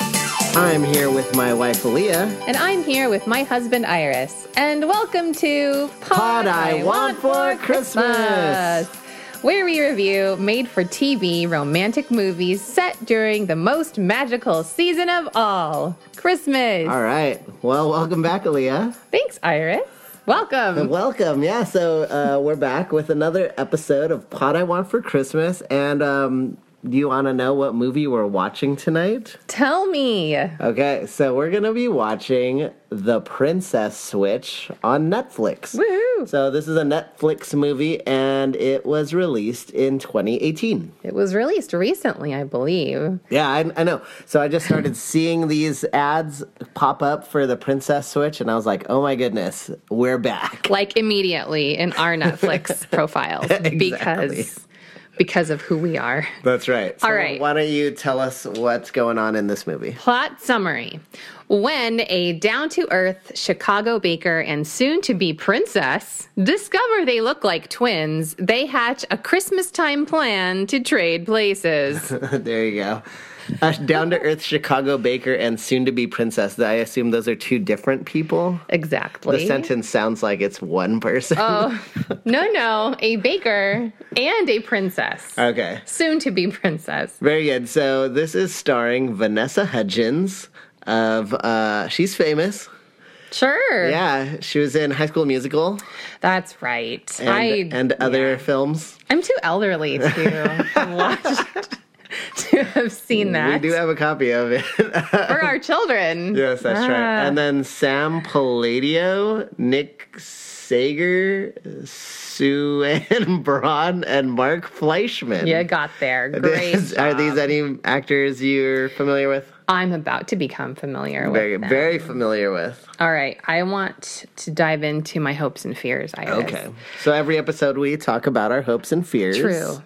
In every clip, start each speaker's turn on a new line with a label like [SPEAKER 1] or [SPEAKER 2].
[SPEAKER 1] I'm here with my wife, Aaliyah.
[SPEAKER 2] And I'm here with my husband Iris. And welcome to
[SPEAKER 1] Pod I Want for Christmas.
[SPEAKER 2] where we review made for TV romantic movies set during the most magical season of all Christmas.
[SPEAKER 1] All right. Well, welcome back, Aaliyah.
[SPEAKER 2] Thanks, Iris. Welcome.
[SPEAKER 1] Welcome. Yeah. So uh, we're back with another episode of Pot I Want for Christmas. And um, you want to know what movie we're watching tonight?
[SPEAKER 2] Tell me.
[SPEAKER 1] Okay. So we're going to be watching The Princess Switch on Netflix.
[SPEAKER 2] Woohoo.
[SPEAKER 1] So this is a Netflix movie and it was released in 2018.
[SPEAKER 2] It was released recently, I believe.
[SPEAKER 1] Yeah, I, I know. So I just started seeing these ads pop up for the Princess Switch, and I was like, oh my goodness, we're back.
[SPEAKER 2] Like immediately in our Netflix profiles
[SPEAKER 1] Exactly.
[SPEAKER 2] because because of who we are.
[SPEAKER 1] That's right. So
[SPEAKER 2] All right.
[SPEAKER 1] Why don't you tell us what's going on in this movie?
[SPEAKER 2] Plot summary. When a down to earth Chicago baker and soon to be princess discover they look like twins, they hatch a Christmas time plan to trade places.
[SPEAKER 1] there you go. A down to earth Chicago baker and soon to be princess. I assume those are two different people.
[SPEAKER 2] Exactly.
[SPEAKER 1] The sentence sounds like it's one person.
[SPEAKER 2] Oh, no, no. A baker and a princess.
[SPEAKER 1] Okay.
[SPEAKER 2] Soon to be princess.
[SPEAKER 1] Very good. So this is starring Vanessa Hudgens of uh she's famous.
[SPEAKER 2] Sure.
[SPEAKER 1] Yeah, she was in High School Musical.
[SPEAKER 2] That's right.
[SPEAKER 1] and,
[SPEAKER 2] I
[SPEAKER 1] and uh, other films.
[SPEAKER 2] I'm too elderly to watch to have seen that.
[SPEAKER 1] We do have a copy of it.
[SPEAKER 2] For our children.
[SPEAKER 1] yes, that's
[SPEAKER 2] Ah.
[SPEAKER 1] right. And then Sam Palladio, Nick Sager, Sue Ann Braun, and Mark Fleischman.
[SPEAKER 2] You got there. Great.
[SPEAKER 1] These- Are these any actors you're familiar with?
[SPEAKER 2] I'm about to become familiar
[SPEAKER 1] Very,
[SPEAKER 2] with them.
[SPEAKER 1] very familiar with.
[SPEAKER 2] All right. I want to dive into my hopes and fears, Iris.
[SPEAKER 1] Okay. So every episode we talk about our hopes and fears.
[SPEAKER 2] True.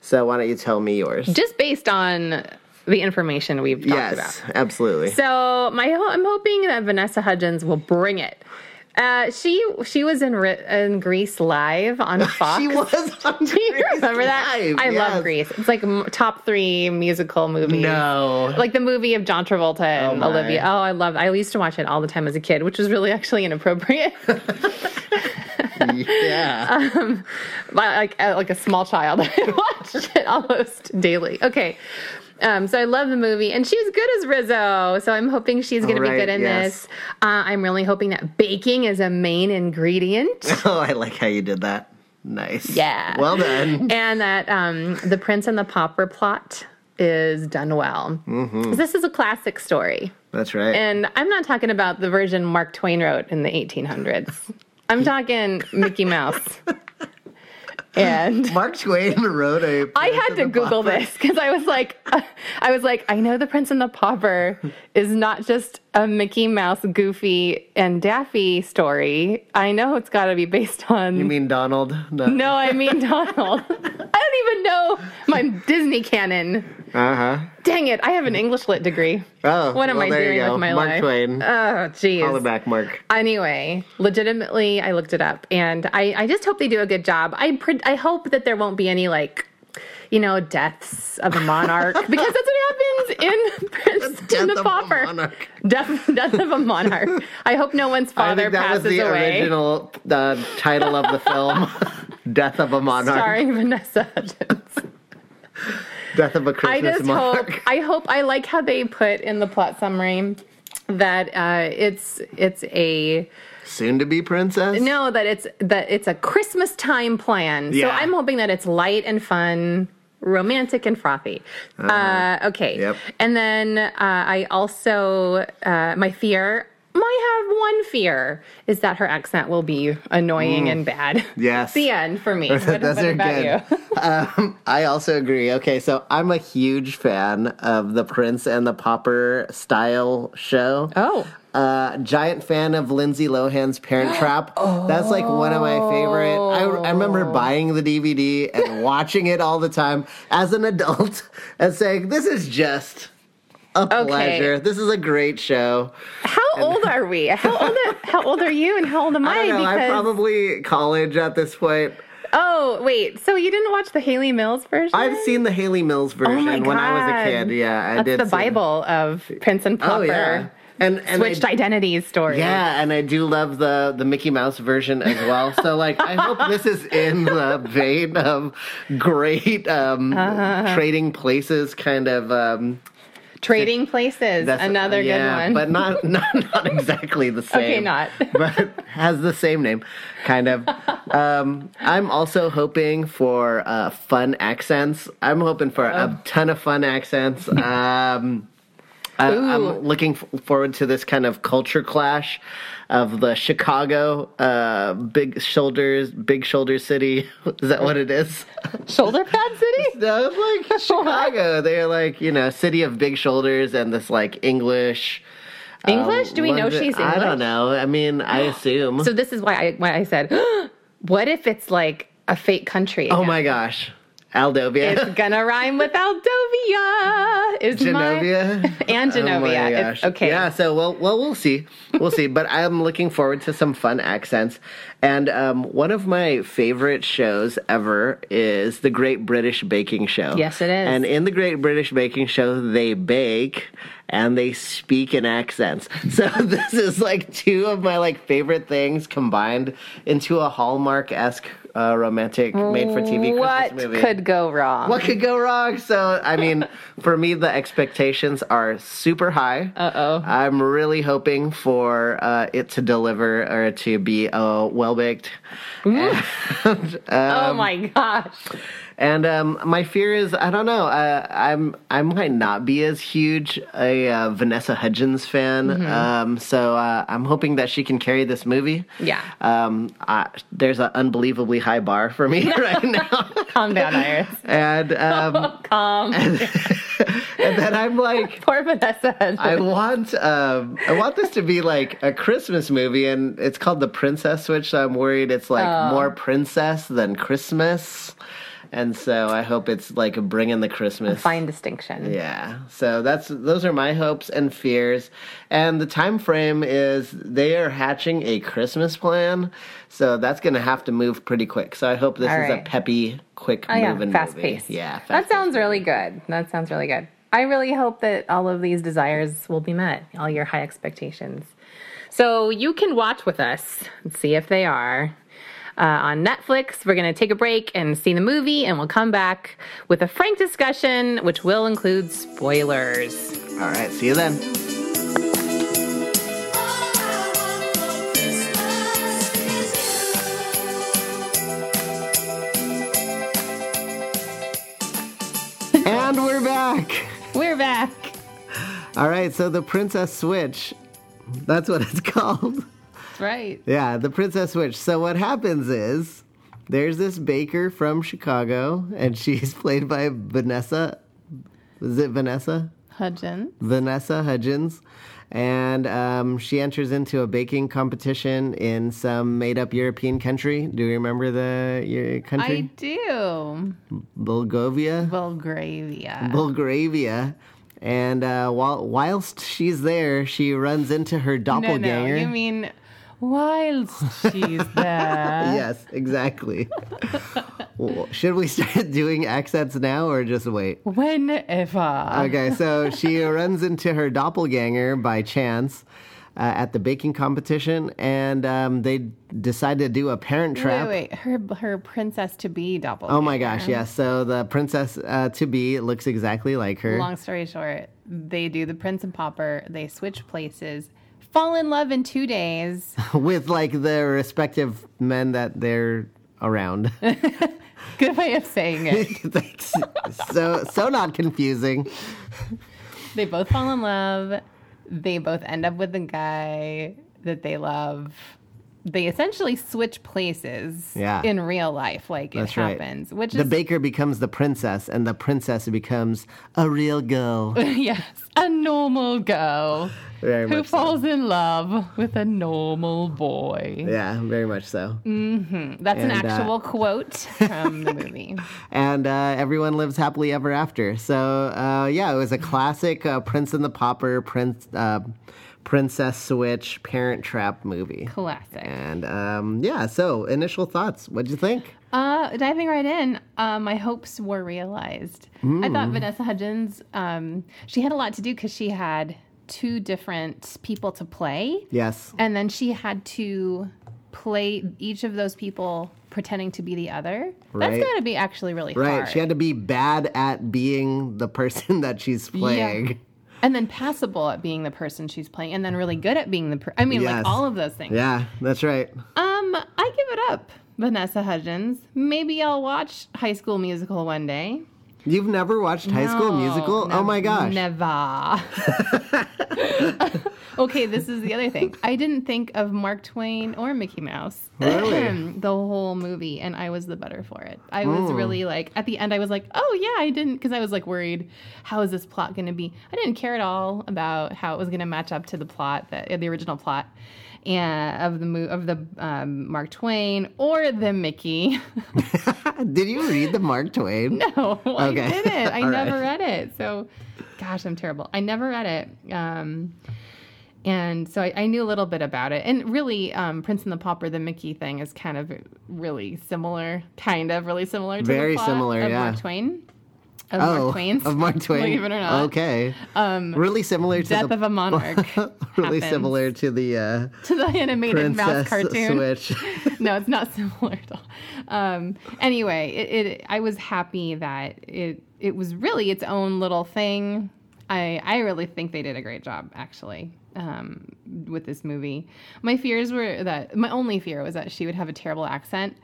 [SPEAKER 1] So why don't you tell me yours?
[SPEAKER 2] Just based on the information we've talked about.
[SPEAKER 1] yes, absolutely.
[SPEAKER 2] So my, ho- I'm hoping that Vanessa Hudgens will bring it. Uh, she she was in Ri- in Greece live on Fox.
[SPEAKER 1] she was on
[SPEAKER 2] Do you remember that?
[SPEAKER 1] Live,
[SPEAKER 2] I
[SPEAKER 1] yes.
[SPEAKER 2] love Greece. It's like m- top three musical movie.
[SPEAKER 1] No.
[SPEAKER 2] Like the movie of John Travolta and
[SPEAKER 1] my.
[SPEAKER 2] Olivia. Oh, I love. I used to watch it all the time as a kid, which was really actually inappropriate,
[SPEAKER 1] yeah.
[SPEAKER 2] Uh, But, like uh, like a small child. I watched it almost daily. Okay, um, so I love the movie, and she was good as Rizzo. So I'm hoping she's going to
[SPEAKER 1] Right,
[SPEAKER 2] be good in
[SPEAKER 1] yes.
[SPEAKER 2] this. Uh, I'm really hoping that baking is a main ingredient.
[SPEAKER 1] Oh, I like how you did that. Nice.
[SPEAKER 2] Yeah.
[SPEAKER 1] Well done.
[SPEAKER 2] and that um, the Prince and the Pauper plot is done well.
[SPEAKER 1] Mm-hmm.
[SPEAKER 2] This is a classic story,
[SPEAKER 1] That's right.
[SPEAKER 2] and I'm not talking about the version Mark Twain wrote in the 1800s. I'm talking Mickey Mouse. And
[SPEAKER 1] Mark Twain wrote a.
[SPEAKER 2] I had to Google this because I was like, I was like, I know the Prince and the Pauper is not just a Mickey Mouse, Goofy, and Daffy story. I know it's got to be based on
[SPEAKER 1] You mean Donald?
[SPEAKER 2] no, I mean Donald. I don't even know my Disney canon.
[SPEAKER 1] Uh huh.
[SPEAKER 2] Dang it, I have an English lit degree.
[SPEAKER 1] Oh.
[SPEAKER 2] What am
[SPEAKER 1] well,
[SPEAKER 2] I
[SPEAKER 1] there you
[SPEAKER 2] doing
[SPEAKER 1] go.
[SPEAKER 2] with my
[SPEAKER 1] Mark
[SPEAKER 2] life?
[SPEAKER 1] Twain.
[SPEAKER 2] Oh,
[SPEAKER 1] Call it
[SPEAKER 2] jeez.
[SPEAKER 1] back, Mark.
[SPEAKER 2] Anyway, legitimately, I looked it up, and I, I just hope they do a good job. I pre- I hope that there won't be any like, you know, deaths of a monarch because that's what happens in Prince and
[SPEAKER 1] Death of
[SPEAKER 2] the
[SPEAKER 1] a
[SPEAKER 2] Pauper.
[SPEAKER 1] monarch.
[SPEAKER 2] Death, death of a monarch. I hope no one's
[SPEAKER 1] I
[SPEAKER 2] father
[SPEAKER 1] think that was
[SPEAKER 2] passes
[SPEAKER 1] the
[SPEAKER 2] away.
[SPEAKER 1] original uh, title of the film. Death of a Monarch.
[SPEAKER 2] Starring Vanessa Hudgens.
[SPEAKER 1] Death of a
[SPEAKER 2] I
[SPEAKER 1] Christmas
[SPEAKER 2] just
[SPEAKER 1] Monarch.
[SPEAKER 2] hope I hope I like how they put in the plot summary that uh, it's it's a
[SPEAKER 1] Soon to be princess.
[SPEAKER 2] no that it's that it's a Christmas time plan. So
[SPEAKER 1] Yeah.
[SPEAKER 2] I'm hoping that it's light and fun, romantic and frothy. uh okay,
[SPEAKER 1] Uh-huh. Yep.
[SPEAKER 2] and then uh, I also uh, my fear. I have one fear is that her accent will be annoying and bad.
[SPEAKER 1] Yes.
[SPEAKER 2] the end for me. What,
[SPEAKER 1] Mm. Those
[SPEAKER 2] what
[SPEAKER 1] are
[SPEAKER 2] about
[SPEAKER 1] good.
[SPEAKER 2] you?
[SPEAKER 1] um, I also agree. Okay, so I'm a huge fan of the Prince and the Pauper style show.
[SPEAKER 2] Oh.
[SPEAKER 1] Uh, giant fan of Lindsay Lohan's Parent Trap. That's like one of my favorite. I, I remember buying the DVD and watching it all the time as an adult and saying, This is just a pleasure. This is a great show.
[SPEAKER 2] How old are we? How old? How old are you? And how old am I?
[SPEAKER 1] I don't know, I'm
[SPEAKER 2] because
[SPEAKER 1] probably college at this point.
[SPEAKER 3] Oh, wait. So you didn't watch the Haley Mills version?
[SPEAKER 1] I've seen the Haley Mills version
[SPEAKER 3] my
[SPEAKER 1] when I was
[SPEAKER 3] God.
[SPEAKER 1] a kid. Yeah, I
[SPEAKER 3] That's
[SPEAKER 1] did.
[SPEAKER 3] the
[SPEAKER 1] see-
[SPEAKER 3] Bible of Prince and
[SPEAKER 1] Oh
[SPEAKER 3] Pauper.
[SPEAKER 1] yeah, and and I-
[SPEAKER 3] Switched identities story.
[SPEAKER 1] yeah, and I do love the the Mickey Mouse version as well. So like, I hope this is in the vein of great um, trading places kind of. Um,
[SPEAKER 3] Trading Places. Another
[SPEAKER 1] yeah,
[SPEAKER 3] good one.
[SPEAKER 1] but not not not exactly the same.
[SPEAKER 3] Okay, not.
[SPEAKER 1] but has the same name, kind of. Um, I'm also hoping for uh, fun accents. I'm hoping for
[SPEAKER 3] Oh.
[SPEAKER 1] a ton of fun accents. Um, I,
[SPEAKER 3] Ooh.
[SPEAKER 1] I'm looking f- forward to this kind of culture clash of the Chicago uh, big shoulders, big shoulder city. Is that what it is?
[SPEAKER 3] Shoulder Pad City?
[SPEAKER 1] No, it's like Chicago. They're like, you know, city of big shoulders and this like English. um,
[SPEAKER 3] English? Do we know
[SPEAKER 1] London-
[SPEAKER 3] she's
[SPEAKER 1] I
[SPEAKER 3] English?
[SPEAKER 1] don't know. I mean, I assume.
[SPEAKER 3] So this is why I why I said, what if it's like a fake country?
[SPEAKER 1] oh
[SPEAKER 3] again?
[SPEAKER 1] my gosh. Aldovia.
[SPEAKER 3] It's gonna rhyme with Aldovia. Is
[SPEAKER 1] Genovia
[SPEAKER 3] my
[SPEAKER 1] Oh
[SPEAKER 3] and Genovia. It's- okay.
[SPEAKER 1] Yeah. So well, well, we'll see, we'll see. But I'm looking forward to some fun accents. And um, one of my favorite shows ever is the Great British Baking Show.
[SPEAKER 3] Yes, it is.
[SPEAKER 1] And in the Great British Baking Show, they bake and they speak in accents. So this is like two of my like favorite things combined into a Hallmark esque uh, romantic made for TV
[SPEAKER 3] What
[SPEAKER 1] Christmas movie
[SPEAKER 3] could go wrong?
[SPEAKER 1] what could go wrong? So, I mean, for me, the expectations are super high. Uh
[SPEAKER 3] Uh-oh.
[SPEAKER 1] I'm really hoping for uh, it to deliver or to be uh, well baked. um,
[SPEAKER 3] oh my gosh.
[SPEAKER 1] And um, my fear is, I don't know, uh, I'm I might not be as huge a uh, Vanessa Hudgens fan.
[SPEAKER 3] Mm-hmm.
[SPEAKER 1] Um, so uh, I'm hoping that she can carry this movie.
[SPEAKER 3] Yeah.
[SPEAKER 1] Um, I, there's an unbelievably high bar for me right now,
[SPEAKER 3] Calm down, Iris.
[SPEAKER 1] and um,
[SPEAKER 3] Calm.
[SPEAKER 1] and then I'm like.
[SPEAKER 3] Poor Vanessa.
[SPEAKER 1] I want um, I want this to be like a Christmas movie, and it's called The Princess Switch. So I'm worried it's like
[SPEAKER 3] Oh.
[SPEAKER 1] more princess than Christmas, and so I hope it's like bringing the Christmas.
[SPEAKER 3] Fine distinction.
[SPEAKER 1] Yeah. So that's those are my hopes and fears. And the time frame is they are hatching a Christmas plan. So that's going to have to move pretty quick. So I hope this
[SPEAKER 3] All
[SPEAKER 1] is
[SPEAKER 3] right.
[SPEAKER 1] a peppy, quick
[SPEAKER 3] Oh, yeah,
[SPEAKER 1] moving
[SPEAKER 3] fast
[SPEAKER 1] movie.
[SPEAKER 3] paced.
[SPEAKER 1] Yeah.
[SPEAKER 3] that
[SPEAKER 1] fast-paced.
[SPEAKER 3] sounds really good. That sounds really good. I really hope that all of these desires will be met, all your high expectations. So you can watch with us and see if they are. Uh, on Netflix, we're going to take a break and see the movie, and we'll come back with a frank discussion, which will include spoilers.
[SPEAKER 1] All right. See you then. And we're back.
[SPEAKER 3] We're back.
[SPEAKER 1] All right, so the Princess Switch. That's what it's called.
[SPEAKER 3] That's right.
[SPEAKER 1] Yeah, the Princess Switch. So what happens is there's this baker from Chicago, and she's played by Vanessa. Is it Vanessa?
[SPEAKER 3] Hudgens.
[SPEAKER 1] Vanessa Hudgens. And um, she enters into a baking competition in some made up European country. Do you remember the your country?
[SPEAKER 3] do.
[SPEAKER 1] Bulgovia?
[SPEAKER 3] Belgravia.
[SPEAKER 1] Bulgaria. And uh, while, whilst she's there, she runs into her doppelganger.
[SPEAKER 3] mean whilst she's there.
[SPEAKER 1] yes, exactly. Well, Should we start doing accents now or just wait?
[SPEAKER 3] Whenever.
[SPEAKER 1] Okay, so she runs into her doppelganger by chance uh, at the baking competition, and um, they decide to do a parent trap.
[SPEAKER 2] Wait, wait, her her princess to be double.
[SPEAKER 1] Oh my gosh, yes. so the princess uh, to be looks exactly like her.
[SPEAKER 2] Long story short, they do the prince and pauper. They switch places, fall in love in two days,
[SPEAKER 1] with like the respective men that they're around.
[SPEAKER 2] good way of saying it.
[SPEAKER 1] Thanks. so so not confusing.
[SPEAKER 2] They both fall in love. They both end up with the guy that they love. They essentially switch places
[SPEAKER 1] Yeah.
[SPEAKER 2] in real life, like
[SPEAKER 1] That's
[SPEAKER 2] it
[SPEAKER 1] right.
[SPEAKER 2] happens. Which
[SPEAKER 1] The
[SPEAKER 2] is
[SPEAKER 1] baker becomes the princess, and the princess becomes a real girl.
[SPEAKER 2] yes, a normal girl
[SPEAKER 1] Very
[SPEAKER 2] who
[SPEAKER 1] much. So.
[SPEAKER 2] falls in love with a normal boy.
[SPEAKER 1] Yeah, very much so.
[SPEAKER 2] That's an
[SPEAKER 1] And, uh,
[SPEAKER 2] actual quote from the movie.
[SPEAKER 1] And uh, everyone lives happily ever after. So uh, yeah, it was a classic uh, Prince and the Pauper, Prince uh, Princess Switch Parent Trap movie.
[SPEAKER 2] Classic.
[SPEAKER 1] And um, yeah, so initial thoughts. What'd you think?
[SPEAKER 2] Uh, diving right in, uh, my hopes were realized. I thought
[SPEAKER 1] Mm.
[SPEAKER 2] Vanessa Hudgens, um, she had a lot to do because she had two different people to play,
[SPEAKER 1] Yes.
[SPEAKER 2] and then she had to play each of those people pretending to be the other.
[SPEAKER 1] Right.
[SPEAKER 2] That's got to be actually really
[SPEAKER 1] Right.
[SPEAKER 2] hard.
[SPEAKER 1] She had to be bad at being the person that she's playing.
[SPEAKER 2] Yeah. And then passable at being the person she's playing, and then really good at being the. Per- I mean,
[SPEAKER 1] Yes.
[SPEAKER 2] like all of those things.
[SPEAKER 1] Yeah, that's right.
[SPEAKER 2] Um, I give it up, Vanessa Hudgens. Maybe I'll watch High School Musical one day.
[SPEAKER 1] You've never watched High School
[SPEAKER 2] No,
[SPEAKER 1] Musical? oh
[SPEAKER 2] nev-
[SPEAKER 1] my gosh.
[SPEAKER 2] Never. okay, this is the other thing. I didn't think of Mark Twain or Mickey Mouse
[SPEAKER 1] Really? Hmm.
[SPEAKER 2] the whole movie, and I was the better for it. I was really like, at the end, I was like, oh yeah, I didn't, because I was like worried, how is this plot going to be? I didn't care at all about how it was going to match up to the plot, that the original plot. And of the mo- of the um, Mark Twain or the Mickey,
[SPEAKER 1] Did you read the Mark Twain?
[SPEAKER 2] no, Oh, I
[SPEAKER 1] Okay.
[SPEAKER 2] didn't. I
[SPEAKER 1] All
[SPEAKER 2] never
[SPEAKER 1] right.
[SPEAKER 2] read it. So, gosh, I'm terrible. I never read it. Um, and so I, I knew a little bit about it. And really, um, Prince and the Pauper, the Mickey thing is kind of really similar, kind of really similar to
[SPEAKER 1] Very
[SPEAKER 2] the plot
[SPEAKER 1] similar,
[SPEAKER 2] of
[SPEAKER 1] yeah.
[SPEAKER 2] Mark Twain. Of
[SPEAKER 1] Oh,
[SPEAKER 2] Mark Twain's.
[SPEAKER 1] of Mark Twain.
[SPEAKER 2] Believe it or not.
[SPEAKER 1] Okay. Um, really similar to
[SPEAKER 2] Death
[SPEAKER 1] the
[SPEAKER 2] of a Monarch.
[SPEAKER 1] really
[SPEAKER 2] happens.
[SPEAKER 1] similar to the uh,
[SPEAKER 2] to the animated
[SPEAKER 1] Princess
[SPEAKER 2] mouse cartoon.
[SPEAKER 1] Switch.
[SPEAKER 2] no, it's not similar at all. Um, anyway, it, it I was happy that it it was really its own little thing. I I really think they did a great job actually um, with this movie. My fears were that my only fear was that she would have a terrible accent.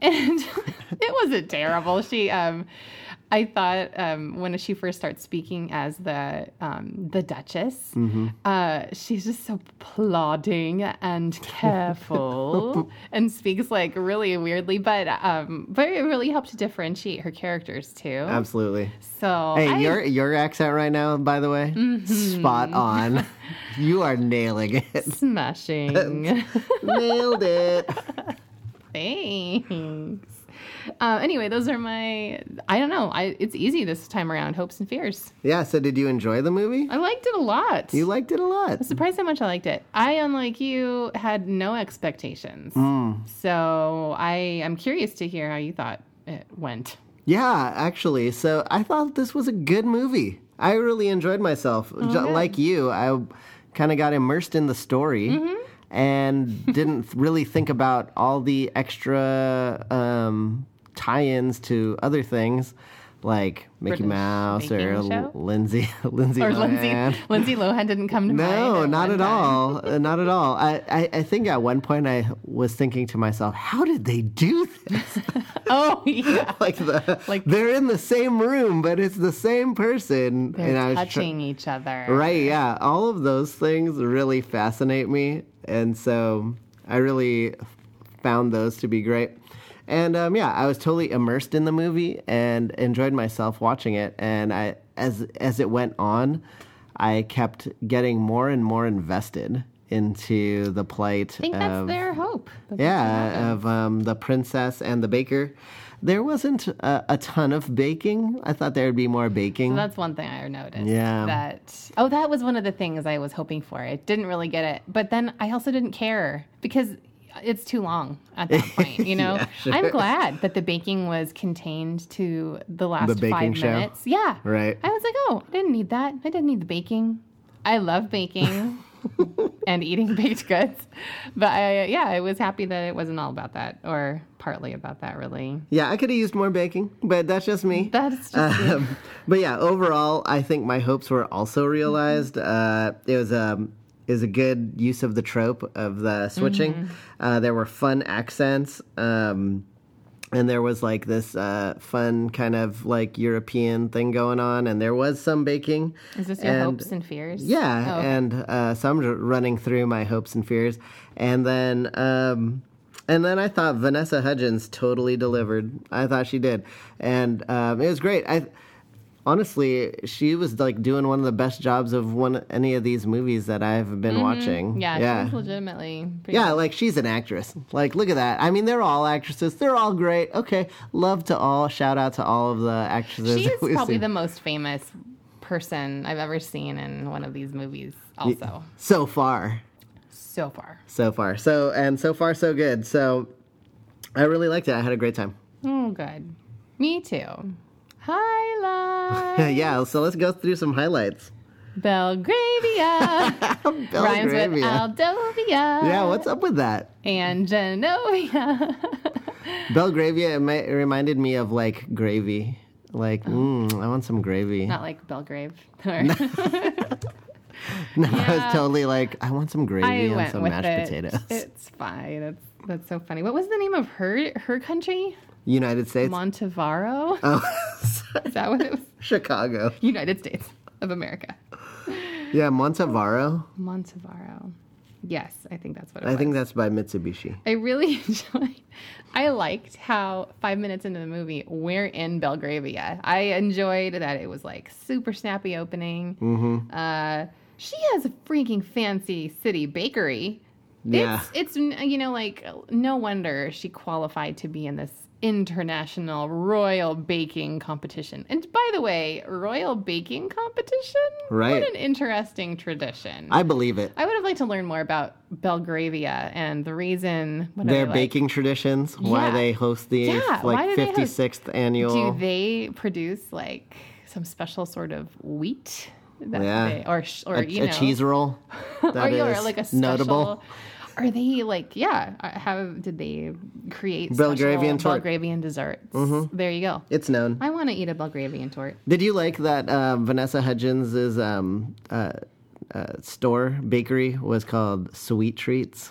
[SPEAKER 2] And it wasn't terrible. She, um, I thought um, when she first starts speaking as the um, the Duchess,
[SPEAKER 1] Mm-hmm.
[SPEAKER 2] uh, she's just so plodding and careful, and speaks like really weirdly. But um, but it really helped to differentiate her characters too.
[SPEAKER 1] Absolutely.
[SPEAKER 2] so
[SPEAKER 1] Hey,
[SPEAKER 2] I- Mm-hmm.
[SPEAKER 1] your your accent right now, by the way, spot on. you are nailing it.
[SPEAKER 2] smashing.
[SPEAKER 1] Nailed it.
[SPEAKER 2] Thanks. Uh, anyway, those are my. I don't know. I it's easy this time around. Hopes and fears.
[SPEAKER 1] Yeah. So, did you enjoy the movie?
[SPEAKER 2] I liked it a lot.
[SPEAKER 1] You liked it a lot.
[SPEAKER 2] surprised how much I liked it. I, unlike you, had no expectations.
[SPEAKER 1] Hmm.
[SPEAKER 2] So I am curious to hear how you thought it went.
[SPEAKER 1] Yeah, actually. So I thought this was a good movie. I really enjoyed myself.
[SPEAKER 2] Oh,
[SPEAKER 1] Ju- Like you, I kind of got immersed in the story
[SPEAKER 2] Mm-hmm.
[SPEAKER 1] and didn't really think about all the extra um, tie ins to other things like Mickey
[SPEAKER 2] British
[SPEAKER 1] Mouse or
[SPEAKER 2] baking show?
[SPEAKER 1] Lindsay, Lindsay
[SPEAKER 2] Or
[SPEAKER 1] Lohan.
[SPEAKER 2] Lindsay, Lindsay Lohan didn't come to mind.
[SPEAKER 1] No, not
[SPEAKER 2] one
[SPEAKER 1] at
[SPEAKER 2] time.
[SPEAKER 1] all. Uh, not at all. I, I, I think at one point I was thinking to myself, how did they do this?
[SPEAKER 2] Oh yeah,
[SPEAKER 1] like the
[SPEAKER 2] Like-
[SPEAKER 1] they're in the same room, but it's the same person.
[SPEAKER 2] they're
[SPEAKER 1] tr-
[SPEAKER 2] touching each other.
[SPEAKER 1] right, yeah. All of those things really fascinate me, and so I really found those to be great. And um, yeah, I was totally immersed in the movie and enjoyed myself watching it. And I, as as it went on, I kept getting more and more invested into the plight.
[SPEAKER 2] I think that's their hope. That's what
[SPEAKER 1] Yeah,
[SPEAKER 2] happened.
[SPEAKER 1] of um, the princess and the baker. There wasn't a, a ton of baking. I thought there would be more baking.
[SPEAKER 2] that's one thing I noticed.
[SPEAKER 1] Yeah.
[SPEAKER 2] That oh, that was one of the things I was hoping for. I didn't really get it, but then I also didn't care because it's too long at that point. You know,
[SPEAKER 1] Yeah, sure.
[SPEAKER 2] I'm glad that the baking was contained to the last
[SPEAKER 1] The baking
[SPEAKER 2] five
[SPEAKER 1] show?
[SPEAKER 2] minutes. Yeah.
[SPEAKER 1] Right.
[SPEAKER 2] I was like, oh, I didn't need that. I didn't need the baking. I love baking. and eating baked goods but I, yeah i was happy that it wasn't all about that or partly about that really
[SPEAKER 1] yeah, I could have used more baking, but that's just me.
[SPEAKER 2] that's just
[SPEAKER 1] Um, but yeah, overall, I think my hopes were also realized.
[SPEAKER 2] Mm-hmm.
[SPEAKER 1] Uh, it was a it was a good use of the trope of the switching.
[SPEAKER 2] Mm-hmm.
[SPEAKER 1] Uh, there were fun accents, um, and there was like this uh, fun kind of like European thing going on, and there was some baking.
[SPEAKER 2] is this your
[SPEAKER 1] And-
[SPEAKER 2] hopes and fears
[SPEAKER 1] Yeah,
[SPEAKER 2] Oh, okay.
[SPEAKER 1] and uh, so I'm r- running through my hopes and fears, and then um, and then I thought Vanessa Hudgens totally delivered. I thought she did, and um, it was great. I honestly, she was like doing one of the best jobs of one any of these movies that I've been watching.
[SPEAKER 2] Mm-hmm. Yeah,
[SPEAKER 1] yeah.
[SPEAKER 2] yeah. she's legitimately. Pretty
[SPEAKER 1] Yeah, like she's an actress. Like, look at that. I mean, they're all actresses. They're all great. Okay, love to all. Shout out to all of the actresses.
[SPEAKER 2] she
[SPEAKER 1] that we've
[SPEAKER 2] is probably
[SPEAKER 1] seen.
[SPEAKER 2] the most famous person I've ever seen in one of these movies. Also,
[SPEAKER 1] So far.
[SPEAKER 2] so far.
[SPEAKER 1] So far. So, and so far, so good. So, I really liked it. I had a great time.
[SPEAKER 2] Oh, good. Me too. Highlight
[SPEAKER 1] Uh, yeah, so let's go through some highlights.
[SPEAKER 2] Belgravia rhymes with
[SPEAKER 1] Belgravia.
[SPEAKER 2] Aldovia.
[SPEAKER 1] Yeah, what's up with that?
[SPEAKER 2] and Genovia.
[SPEAKER 1] Belgravia it mi- it reminded me of like gravy. Like,
[SPEAKER 2] Oh.
[SPEAKER 1] mm, I want some gravy.
[SPEAKER 2] Not like Belgrave.
[SPEAKER 1] No, I was totally like, I want some gravy
[SPEAKER 2] I
[SPEAKER 1] and
[SPEAKER 2] went
[SPEAKER 1] some
[SPEAKER 2] with
[SPEAKER 1] mashed
[SPEAKER 2] it.
[SPEAKER 1] potatoes.
[SPEAKER 2] It's fine. That's that's so funny. What was the name of her her country?
[SPEAKER 1] United States.
[SPEAKER 2] Montevaro.
[SPEAKER 1] oh,
[SPEAKER 2] Is that what it was?
[SPEAKER 1] Chicago.
[SPEAKER 2] United States of America.
[SPEAKER 1] Yeah, Montevaro.
[SPEAKER 2] Montevaro. Yes, I think that's what it
[SPEAKER 1] I
[SPEAKER 2] was.
[SPEAKER 1] think that's by Mitsubishi.
[SPEAKER 2] I really enjoyed. I liked how five minutes into the movie, we're in Belgravia. I enjoyed that it was like super snappy opening. Mm-hmm. Uh, she has a freaking fancy city bakery.
[SPEAKER 1] Yeah.
[SPEAKER 2] It's, it's you know like no wonder she qualified to be in this international royal baking competition. And by the way, royal baking competition.
[SPEAKER 1] Right.
[SPEAKER 2] What an interesting tradition.
[SPEAKER 1] I believe it.
[SPEAKER 2] I would have liked to learn more about Belgravia and the reason what are
[SPEAKER 1] Their
[SPEAKER 2] they like?
[SPEAKER 1] baking traditions, why
[SPEAKER 2] Yeah.
[SPEAKER 1] they host the
[SPEAKER 2] Yeah, why
[SPEAKER 1] like
[SPEAKER 2] do they host-
[SPEAKER 1] 56th annual.
[SPEAKER 2] Do they produce like some special sort of wheat? That
[SPEAKER 1] Yeah.
[SPEAKER 2] they, or sh- or
[SPEAKER 1] a,
[SPEAKER 2] you
[SPEAKER 1] a
[SPEAKER 2] know,
[SPEAKER 1] cheese roll
[SPEAKER 2] or,
[SPEAKER 1] that is
[SPEAKER 2] yeah, or like a special,
[SPEAKER 1] notable.
[SPEAKER 2] Are they like yeah? uh, How did they create
[SPEAKER 1] Belgravian tort.
[SPEAKER 2] special
[SPEAKER 1] Mm-hmm.
[SPEAKER 2] Belgravian desserts? There you go.
[SPEAKER 1] It's known.
[SPEAKER 2] I want to eat a Belgravian tort.
[SPEAKER 1] Did you like that uh, Vanessa Hudgens' um, uh, uh, store bakery was called Sweet Treats?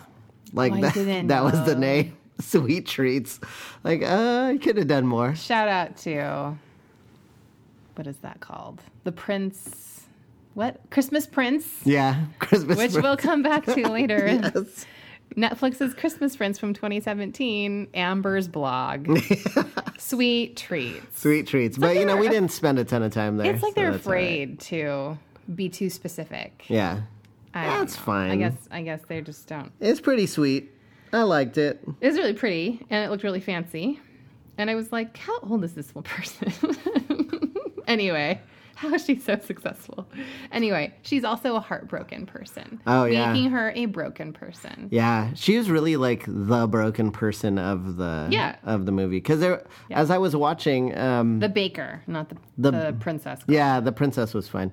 [SPEAKER 1] Like
[SPEAKER 2] Oh, I
[SPEAKER 1] that,
[SPEAKER 2] didn't
[SPEAKER 1] that was the
[SPEAKER 2] know.
[SPEAKER 1] name, Sweet Treats. Like uh, I could have done more.
[SPEAKER 2] Shout out to what is that called? The Prince. What Christmas Prince?
[SPEAKER 1] Yeah, Christmas.
[SPEAKER 2] Which
[SPEAKER 1] was
[SPEAKER 2] we'll come back to later.
[SPEAKER 1] yes.
[SPEAKER 2] Netflix's Christmas Prince from 2017, Amber's blog. Sweet treats.
[SPEAKER 1] Sweet Treats, but you know we didn't spend a ton of time there.
[SPEAKER 2] It's like
[SPEAKER 1] so
[SPEAKER 2] they're
[SPEAKER 1] that's all right.
[SPEAKER 2] afraid to be too specific.
[SPEAKER 1] Yeah,
[SPEAKER 2] I don't
[SPEAKER 1] that's
[SPEAKER 2] know.
[SPEAKER 1] fine.
[SPEAKER 2] I guess I guess they just don't.
[SPEAKER 1] it's pretty sweet. I liked it.
[SPEAKER 2] It was really pretty and it looked really fancy. And I was like, how old is this little person? anyway, how is she so successful? Anyway, she's also a heartbroken person.
[SPEAKER 1] Oh, yeah.
[SPEAKER 2] Making her a broken person.
[SPEAKER 1] Yeah, she was really like the broken person of the
[SPEAKER 2] Yeah.
[SPEAKER 1] of the movie because there, as I was watching, um,
[SPEAKER 2] The baker, not the,
[SPEAKER 1] The-
[SPEAKER 2] the, princess.
[SPEAKER 1] Yeah, the princess was fine,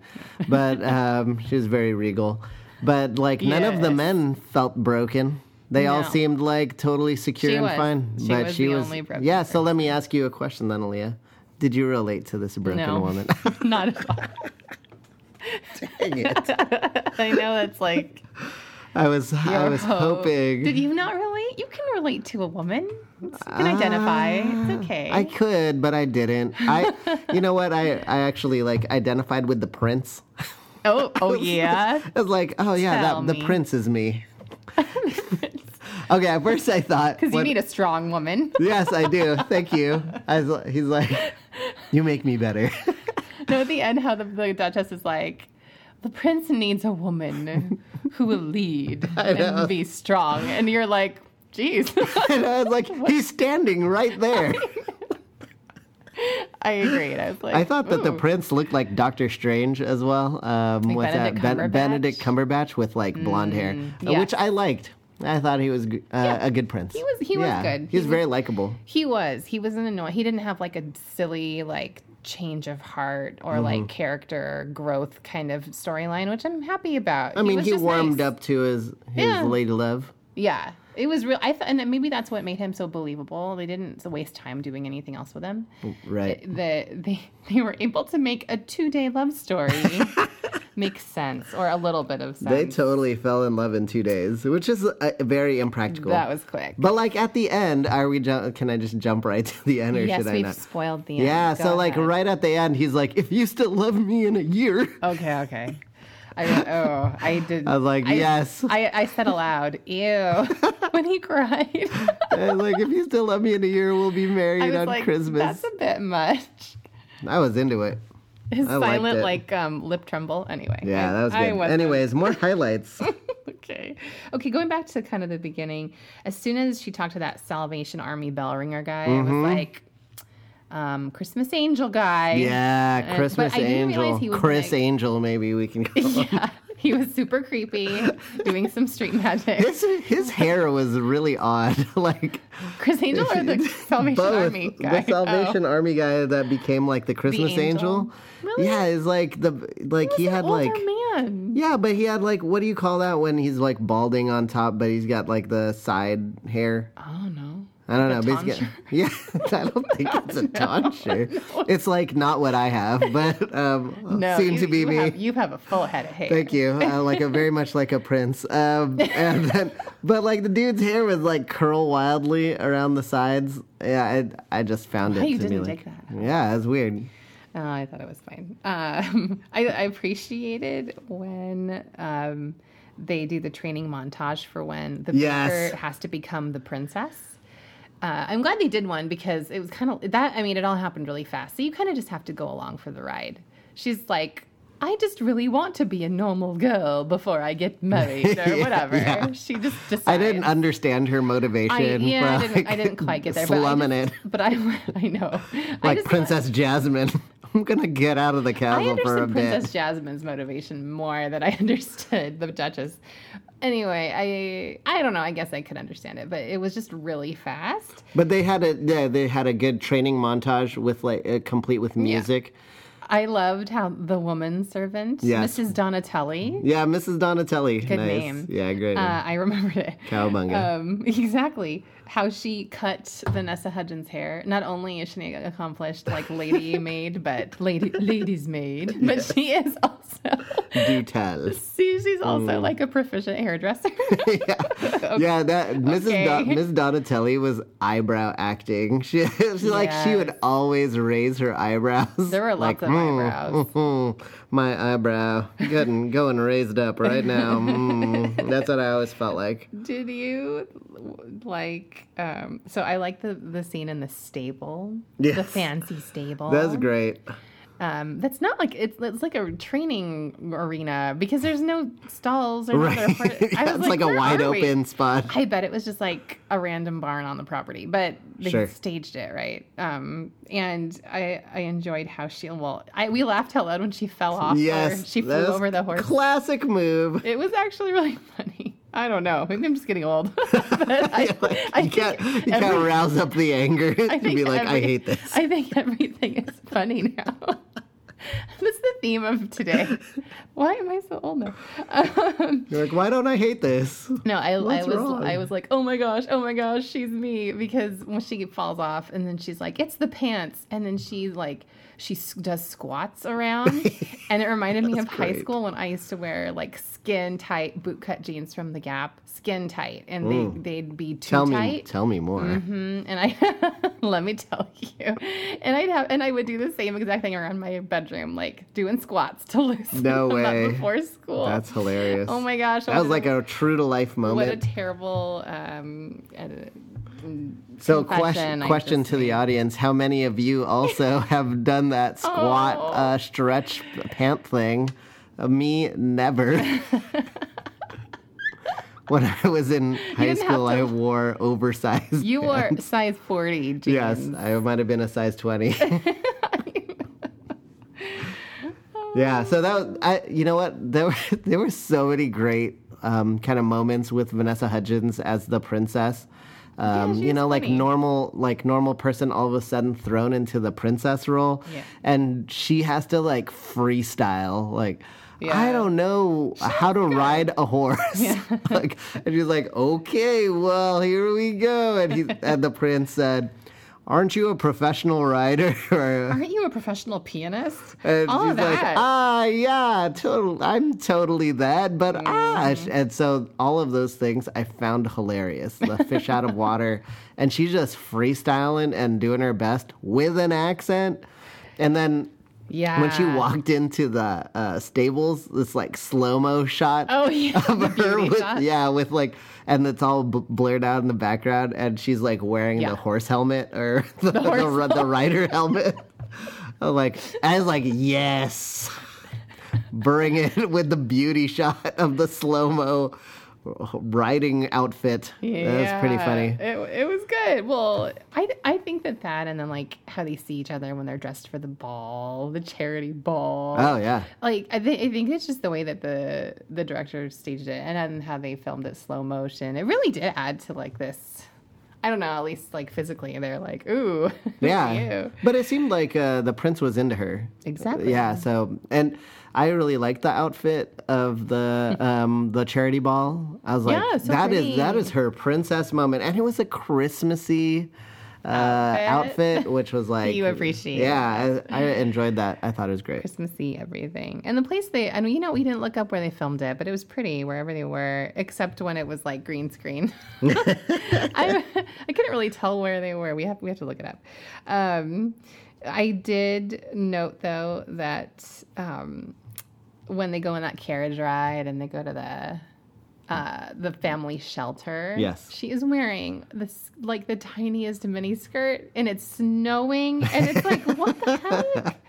[SPEAKER 1] but um, she was very regal. But like none of the
[SPEAKER 2] Yes.
[SPEAKER 1] men felt broken. They all
[SPEAKER 2] No.
[SPEAKER 1] seemed like totally secure
[SPEAKER 2] She
[SPEAKER 1] and
[SPEAKER 2] was.
[SPEAKER 1] fine.
[SPEAKER 2] She
[SPEAKER 1] but
[SPEAKER 2] was
[SPEAKER 1] she
[SPEAKER 2] the
[SPEAKER 1] was.
[SPEAKER 2] only broken
[SPEAKER 1] yeah. So let me ask you a question then, Aaliyah. Did you relate to this broken
[SPEAKER 2] No.
[SPEAKER 1] woman?
[SPEAKER 2] Not at all.
[SPEAKER 1] Dang it.
[SPEAKER 2] I know that's like
[SPEAKER 1] I was I
[SPEAKER 2] your
[SPEAKER 1] was
[SPEAKER 2] hope.
[SPEAKER 1] hoping.
[SPEAKER 2] Did you not relate? You can relate to a woman. It's- You can identify. It's okay.
[SPEAKER 1] Ah. I could, but I didn't. I, you know what? I I actually like identified with the prince.
[SPEAKER 2] oh, oh yeah.
[SPEAKER 1] I was like, oh yeah,
[SPEAKER 2] Tell
[SPEAKER 1] that, the
[SPEAKER 2] me.
[SPEAKER 1] prince is me. okay, at first I thought
[SPEAKER 2] Because you
[SPEAKER 1] when-
[SPEAKER 2] need a strong woman.
[SPEAKER 1] yes, I do. Thank you. I was, he's like, you make me better.
[SPEAKER 2] know at the end how the, the Duchess is like, the prince needs a woman who will lead
[SPEAKER 1] know.
[SPEAKER 2] and be strong, and you're like, geez.
[SPEAKER 1] And I was like, he's standing right there.
[SPEAKER 2] I agreed. I was like,
[SPEAKER 1] I thought that the
[SPEAKER 2] "Ooh."
[SPEAKER 1] prince looked like Doctor Strange as well, um, with
[SPEAKER 2] Benedict
[SPEAKER 1] that
[SPEAKER 2] Cumberbatch?
[SPEAKER 1] Benedict Cumberbatch with like blonde hair, uh,
[SPEAKER 2] yes.
[SPEAKER 1] which I liked. I thought he was g- uh,
[SPEAKER 2] Yeah.
[SPEAKER 1] a good prince.
[SPEAKER 2] He was- he was good.
[SPEAKER 1] He was
[SPEAKER 2] He
[SPEAKER 1] very
[SPEAKER 2] was-
[SPEAKER 1] likable.
[SPEAKER 2] He was. He was an annoying. He didn't have like a silly like change of heart or
[SPEAKER 1] Mm-hmm.
[SPEAKER 2] like character growth kind of storyline, which I'm happy about.
[SPEAKER 1] I mean, he, warmed up to his his
[SPEAKER 2] Yeah.
[SPEAKER 1] lady love.
[SPEAKER 2] Yeah, it was real. I thought, and maybe that's what made him so believable. They didn't waste time doing anything else with him.
[SPEAKER 1] Right.
[SPEAKER 2] That they they were able to make a two day love story make sense or a little bit of sense.
[SPEAKER 1] They totally fell in love in two days, which is uh, very impractical.
[SPEAKER 2] that was quick.
[SPEAKER 1] But like at the end, are we? Ju- can I just jump right to the end, or
[SPEAKER 2] yes,
[SPEAKER 1] should I
[SPEAKER 2] we've
[SPEAKER 1] not?
[SPEAKER 2] spoiled the end.
[SPEAKER 1] Yeah,
[SPEAKER 2] Go
[SPEAKER 1] so like
[SPEAKER 2] ahead.
[SPEAKER 1] right at the end, he's like, "If you still love me in a year,"
[SPEAKER 2] Okay, okay. I oh, I did.
[SPEAKER 1] I was like, "Yes."
[SPEAKER 2] I, I said aloud, "Ew," when he cried.
[SPEAKER 1] and like, "If you still love me in a year, we'll be
[SPEAKER 2] I
[SPEAKER 1] married
[SPEAKER 2] was
[SPEAKER 1] on
[SPEAKER 2] like,
[SPEAKER 1] Christmas."
[SPEAKER 2] "That's a bit much."
[SPEAKER 1] I was into it.
[SPEAKER 2] His
[SPEAKER 1] I liked
[SPEAKER 2] silent,
[SPEAKER 1] it.
[SPEAKER 2] like, um, lip tremble. Anyway,
[SPEAKER 1] Yeah,
[SPEAKER 2] I-
[SPEAKER 1] that was
[SPEAKER 2] I
[SPEAKER 1] good.
[SPEAKER 2] wasn't.
[SPEAKER 1] Anyways, more highlights.
[SPEAKER 2] okay. Okay, going back to kind of the
[SPEAKER 1] Mm-hmm.
[SPEAKER 2] beginning, as soon as she talked to that Salvation Army bell ringer guy, I was like, um, Christmas Angel guy.
[SPEAKER 1] Yeah,
[SPEAKER 2] Uh,
[SPEAKER 1] Christmas
[SPEAKER 2] but I didn't realize
[SPEAKER 1] Angel.
[SPEAKER 2] he was,
[SPEAKER 1] Chris
[SPEAKER 2] like-
[SPEAKER 1] Angel, maybe we can call him.
[SPEAKER 2] Yeah, he was super creepy, doing some street magic.
[SPEAKER 1] His, his hair was really odd. like
[SPEAKER 2] Chris Angel or the Salvation
[SPEAKER 1] both
[SPEAKER 2] Army guy? Oh.
[SPEAKER 1] the Salvation Army guy that became like the Christmas
[SPEAKER 2] angel?
[SPEAKER 1] Angel.
[SPEAKER 2] Really?
[SPEAKER 1] Yeah, it's like the like he
[SPEAKER 2] He's an
[SPEAKER 1] had
[SPEAKER 2] older
[SPEAKER 1] like
[SPEAKER 2] man.
[SPEAKER 1] yeah, but he had like what do you call that when he's like balding on top, but he's got like the side hair.
[SPEAKER 2] Oh no.
[SPEAKER 1] I don't know. but he's
[SPEAKER 2] tonsure?
[SPEAKER 1] got, yeah, I don't think it's a tonsure. It's like not what I have, but um,
[SPEAKER 2] No,
[SPEAKER 1] seemed
[SPEAKER 2] you,
[SPEAKER 1] to be
[SPEAKER 2] you
[SPEAKER 1] me.
[SPEAKER 2] Have, you have a full head of hair.
[SPEAKER 1] Thank you. Uh, like a very much like a prince. Um, and then, but like the dude's hair was like curl wildly around the sides. Yeah, I, I just found it
[SPEAKER 2] you
[SPEAKER 1] to be
[SPEAKER 2] didn't
[SPEAKER 1] like,
[SPEAKER 2] dig that?
[SPEAKER 1] yeah, it's weird.
[SPEAKER 2] Oh, I thought it was fine. Um, I, I appreciated when um, they do the training montage for when the
[SPEAKER 1] Yes.
[SPEAKER 2] baker has to become the princess. Uh, I'm glad they did one because it was kind of that. I mean, it all happened really fast, so you kind of just have to go along for the ride. She's like, "I just really want to be a normal girl before I get married or
[SPEAKER 1] Yeah,
[SPEAKER 2] whatever."
[SPEAKER 1] yeah.
[SPEAKER 2] She just decides.
[SPEAKER 1] I didn't understand her motivation.
[SPEAKER 2] I, yeah, I
[SPEAKER 1] for,
[SPEAKER 2] didn't, I
[SPEAKER 1] like,
[SPEAKER 2] didn't quite get there.
[SPEAKER 1] Slumming
[SPEAKER 2] but I
[SPEAKER 1] it
[SPEAKER 2] just, But I, I know. I
[SPEAKER 1] like
[SPEAKER 2] just-
[SPEAKER 1] Princess Jasmine. I'm gonna get out of the
[SPEAKER 2] I
[SPEAKER 1] castle for a
[SPEAKER 2] understood
[SPEAKER 1] bit.
[SPEAKER 2] Princess Jasmine's motivation more than I understood the Duchess. Anyway, I I don't know. I guess I could understand it, but it was just really fast.
[SPEAKER 1] But they had a yeah, they had a good training montage with like uh, complete with music.
[SPEAKER 2] I loved how the woman servant,
[SPEAKER 1] Yes.
[SPEAKER 2] Mrs. Donatelli,
[SPEAKER 1] Yeah, Mrs. Donatelli.
[SPEAKER 2] Good
[SPEAKER 1] nice.
[SPEAKER 2] name.
[SPEAKER 1] Yeah, great. name.
[SPEAKER 2] uh, I remembered it.
[SPEAKER 1] Cowabunga.
[SPEAKER 2] Um, exactly. How she cut Vanessa Hudgens' hair. Not only is she an accomplished like lady maid, but lady ladies maid, but she is also
[SPEAKER 1] Do tell.
[SPEAKER 2] See, she's
[SPEAKER 1] Mm.
[SPEAKER 2] also like a proficient hairdresser.
[SPEAKER 1] Yeah, that Mrs. Do-
[SPEAKER 2] Okay.
[SPEAKER 1] Miss Donatelli was eyebrow acting. She, she like she would
[SPEAKER 2] Yes.
[SPEAKER 1] always raise her eyebrows.
[SPEAKER 2] there were lots
[SPEAKER 1] like,
[SPEAKER 2] of
[SPEAKER 1] "Mm,
[SPEAKER 2] eyebrows.
[SPEAKER 1] mm, my eyebrow, good and going raised up right now. Mm. That's what I always felt like.
[SPEAKER 2] Did you like? Um, so I like the the scene in the stable, the
[SPEAKER 1] Yes.
[SPEAKER 2] fancy stable.
[SPEAKER 1] That's great.
[SPEAKER 2] Um, that's not like it's, it's like a training arena because there's no stalls or no
[SPEAKER 1] Right?
[SPEAKER 2] other part-
[SPEAKER 1] Yeah,
[SPEAKER 2] I was
[SPEAKER 1] it's like, a
[SPEAKER 2] "Where
[SPEAKER 1] wide
[SPEAKER 2] are we?"
[SPEAKER 1] open spot.
[SPEAKER 2] I bet it was just like a random barn on the property, but they
[SPEAKER 1] Sure.
[SPEAKER 2] staged it right. Um, and I I enjoyed how she well I we laughed out loud when she fell off. or
[SPEAKER 1] Yes,
[SPEAKER 2] she flew
[SPEAKER 1] that's
[SPEAKER 2] over the horse.
[SPEAKER 1] Classic move.
[SPEAKER 2] It was actually really funny. I don't know. Maybe I'm just getting old. but I, I
[SPEAKER 1] You can't,
[SPEAKER 2] think
[SPEAKER 1] you
[SPEAKER 2] every-
[SPEAKER 1] can't rouse up the anger
[SPEAKER 2] I
[SPEAKER 1] and
[SPEAKER 2] think
[SPEAKER 1] be like, I
[SPEAKER 2] every-
[SPEAKER 1] hate this.
[SPEAKER 2] I think everything is funny now. That's the theme of today. Why am I so old now? Um,
[SPEAKER 1] You're like, why don't I hate this?
[SPEAKER 2] no, I, I
[SPEAKER 1] What's
[SPEAKER 2] was
[SPEAKER 1] wrong?
[SPEAKER 2] I was like, oh my gosh, oh my gosh, she's me because when she falls off and then she's like, it's the pants, and then she like she s- does squats around, and it reminded me of high
[SPEAKER 1] great.
[SPEAKER 2] school when I used to wear like skin tight bootcut jeans from the Gap, skin tight, and they they'd be too
[SPEAKER 1] Tell
[SPEAKER 2] tight.
[SPEAKER 1] me, tell me more.
[SPEAKER 2] Mm, and I let me tell you, and I'd have and I would do the same exact thing around my bedroom, like doing squats to loosen
[SPEAKER 1] No
[SPEAKER 2] them
[SPEAKER 1] way.
[SPEAKER 2] up before school.
[SPEAKER 1] That's hilarious.
[SPEAKER 2] oh my gosh,
[SPEAKER 1] That was
[SPEAKER 2] what
[SPEAKER 1] like a true to life
[SPEAKER 2] what a
[SPEAKER 1] moment.
[SPEAKER 2] terrible um, edit.
[SPEAKER 1] So
[SPEAKER 2] confession,
[SPEAKER 1] question
[SPEAKER 2] I
[SPEAKER 1] question
[SPEAKER 2] just
[SPEAKER 1] to the audience, how many of you also have done that squat
[SPEAKER 2] Oh.
[SPEAKER 1] uh, stretch pant thing? Uh, me never. when I was in high
[SPEAKER 2] didn't have
[SPEAKER 1] school, I
[SPEAKER 2] to-
[SPEAKER 1] wore oversized.
[SPEAKER 2] you were
[SPEAKER 1] pants.
[SPEAKER 2] size 40 jeans.
[SPEAKER 1] Yes, I might have been a size 20. yeah, so that was, I you know what? There were there were so many great um, kind of moments with Vanessa Hudgens as the princess. Um,
[SPEAKER 2] she
[SPEAKER 1] you
[SPEAKER 2] was
[SPEAKER 1] know, like
[SPEAKER 2] funny.
[SPEAKER 1] normal, like normal person, all of a sudden thrown into the princess role,
[SPEAKER 2] Yeah.
[SPEAKER 1] and she has to like freestyle. Like, I
[SPEAKER 2] Yeah.
[SPEAKER 1] don't know how to ride a horse. like, and she's like, okay, well, here we go. And he, and the prince said, "Aren't you a professional rider?" Or-
[SPEAKER 2] Aren't you a professional pianist?
[SPEAKER 1] and
[SPEAKER 2] All
[SPEAKER 1] she's
[SPEAKER 2] of that.
[SPEAKER 1] Uh, like, ah, yeah, total. I'm totally that, but ah, and so all of those things I found hilarious. The fish out of water, and she's just freestyling and doing her best with an accent, and then
[SPEAKER 2] yeah.
[SPEAKER 1] when she walked into the uh, stables, this like slow mo shot
[SPEAKER 2] Oh, yeah.
[SPEAKER 1] of
[SPEAKER 2] the
[SPEAKER 1] her,
[SPEAKER 2] beauty
[SPEAKER 1] with,
[SPEAKER 2] shot.
[SPEAKER 1] yeah, with like, and it's all b- blurred out in the background, and she's like wearing
[SPEAKER 2] Yeah.
[SPEAKER 1] the horse helmet or the the,
[SPEAKER 2] horse
[SPEAKER 1] ri- the rider helmet. I'm like, I was like, yes, bring it with the beauty shot of the slow mo riding outfit. That's pretty
[SPEAKER 2] Yeah,
[SPEAKER 1] funny.
[SPEAKER 2] It, it was good. Well, I I think that that and then like how they see each other when they're dressed for the ball, the charity ball.
[SPEAKER 1] Oh yeah.
[SPEAKER 2] Like I think I think it's just the way that the the director staged it and then how they filmed it slow motion. It really did add to like this. I don't know. At least like physically, they're like, ooh,
[SPEAKER 1] Yeah.
[SPEAKER 2] ew.
[SPEAKER 1] But it seemed like uh, the prince was into her.
[SPEAKER 2] Exactly.
[SPEAKER 1] Yeah, so and I really liked the outfit of the um the charity ball. I was like
[SPEAKER 2] Yeah, so
[SPEAKER 1] that is that
[SPEAKER 2] pretty.
[SPEAKER 1] is her princess moment and it was a Christmassy uh outfit,
[SPEAKER 2] Outfit.
[SPEAKER 1] which was like
[SPEAKER 2] You appreciate.
[SPEAKER 1] Yeah, I, I enjoyed that. I thought it was great.
[SPEAKER 2] Christmassy everything. And the place they, and you know, we didn't look up where they filmed it, but it was pretty wherever they were, except when it was like green screen. I, I couldn't really tell where they were. We have we have to look it up. Um, I did note though that um, when they go on that carriage ride and they go to the uh, the family shelter.
[SPEAKER 1] Yes.
[SPEAKER 2] She is wearing this like the tiniest mini skirt and it's snowing and it's like what the heck?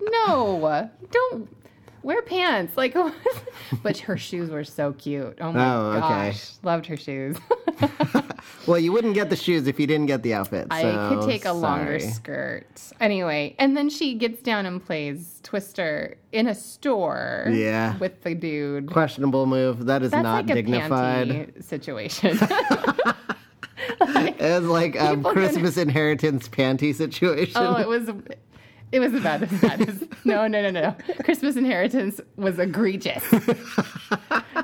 [SPEAKER 2] No. Don't wear pants. Like but her shoes were so cute. Oh my
[SPEAKER 1] Oh, okay.
[SPEAKER 2] gosh. Loved her shoes.
[SPEAKER 1] Well, you wouldn't get the shoes if you didn't get the outfit.
[SPEAKER 2] I could
[SPEAKER 1] so
[SPEAKER 2] take a longer
[SPEAKER 1] sorry.
[SPEAKER 2] skirt. Anyway, and then she gets down and plays Twister in a store
[SPEAKER 1] Yeah.
[SPEAKER 2] with the dude.
[SPEAKER 1] questionable move. That is
[SPEAKER 2] That's
[SPEAKER 1] not
[SPEAKER 2] like a
[SPEAKER 1] dignified.
[SPEAKER 2] panty situation.
[SPEAKER 1] It's like a
[SPEAKER 2] People can-
[SPEAKER 1] Christmas inheritance panty situation.
[SPEAKER 2] oh, it was it was the baddest. baddest. No, no, no, no. Christmas inheritance was egregious.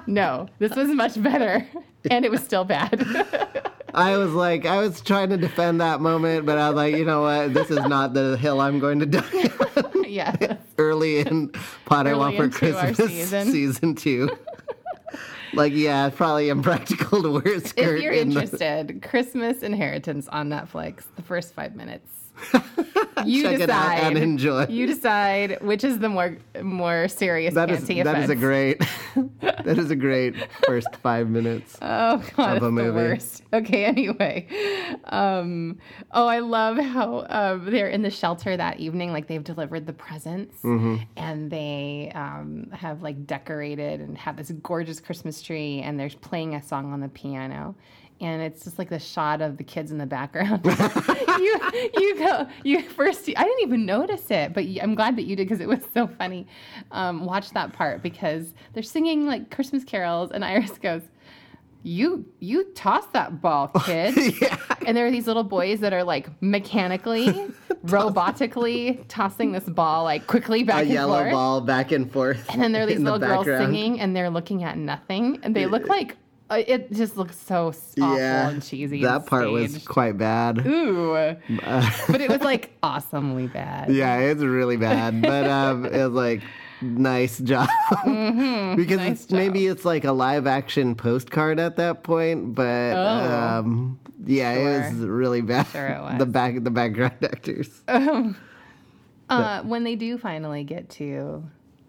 [SPEAKER 2] no, this was much better. And it was still bad.
[SPEAKER 1] I was like, I was trying to defend that moment, but I was like, you know what? This is not the hill I'm going to die on
[SPEAKER 2] yeah.
[SPEAKER 1] early in Pot I
[SPEAKER 2] Early
[SPEAKER 1] Want for
[SPEAKER 2] into our
[SPEAKER 1] Christmas
[SPEAKER 2] season.
[SPEAKER 1] season two. like, yeah, it's probably impractical to wear a skirt.
[SPEAKER 2] If you're
[SPEAKER 1] in the-
[SPEAKER 2] interested, Christmas Inheritance on Netflix, the first five minutes. You
[SPEAKER 1] Check
[SPEAKER 2] decide.
[SPEAKER 1] it out and enjoy.
[SPEAKER 2] You decide which is the more more serious
[SPEAKER 1] that is
[SPEAKER 2] anti
[SPEAKER 1] that is a great that is a great first five minutes.
[SPEAKER 2] Oh god,
[SPEAKER 1] of a
[SPEAKER 2] it's
[SPEAKER 1] movie.
[SPEAKER 2] the worst. Okay, anyway, um, oh, I love how um, they're in the shelter that evening. Like they've delivered the presents, and they um, have like decorated and have this gorgeous Christmas tree, and they're playing a song on the piano. And it's just like the shot of the kids in the background. you, you go, you first. I didn't even notice it, but you- I'm glad that you did because it was so funny. Um, watch that part because they're singing like Christmas carols, and Iris goes, you you toss that ball, kid.
[SPEAKER 1] yeah.
[SPEAKER 2] and there are these little boys that are like mechanically, robotically tossing this ball like quickly back
[SPEAKER 1] A
[SPEAKER 2] and
[SPEAKER 1] yellow
[SPEAKER 2] forth.
[SPEAKER 1] ball back and forth.
[SPEAKER 2] And then there are these
[SPEAKER 1] in the
[SPEAKER 2] little girls
[SPEAKER 1] background.
[SPEAKER 2] singing, and they're looking at nothing, and they look like uh, it just looks so s- awful
[SPEAKER 1] Yeah,
[SPEAKER 2] and cheesy. and
[SPEAKER 1] that part was
[SPEAKER 2] staged.
[SPEAKER 1] quite bad.
[SPEAKER 2] ooh, but it was like awesomely bad.
[SPEAKER 1] Yeah, it's really bad, but um, it was like nice job because
[SPEAKER 2] Mm-hmm. nice
[SPEAKER 1] it's, maybe it's like a live action postcard at that point, but um, yeah, it was really bad.
[SPEAKER 2] Oh. Sure it was.
[SPEAKER 1] The back the background actors.
[SPEAKER 2] Uh, when they do finally get to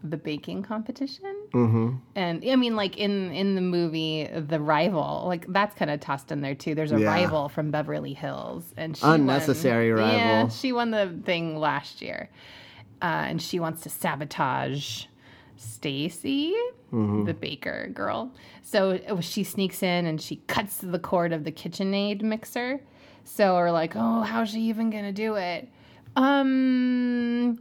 [SPEAKER 2] the baking competition, mm-hmm. and I mean, like in in the movie, the rival, like that's kind of tossed in there too. There's a
[SPEAKER 1] Yeah.
[SPEAKER 2] rival from Beverly Hills, and she
[SPEAKER 1] Unnecessary
[SPEAKER 2] won, Yeah,
[SPEAKER 1] rival.
[SPEAKER 2] she won the thing last year, uh, and she wants to sabotage Stacy,
[SPEAKER 1] Mm-hmm.
[SPEAKER 2] the baker girl. So it was- she sneaks in and she cuts the cord of the KitchenAid mixer. So we're like, oh, how's she even gonna do it? Um,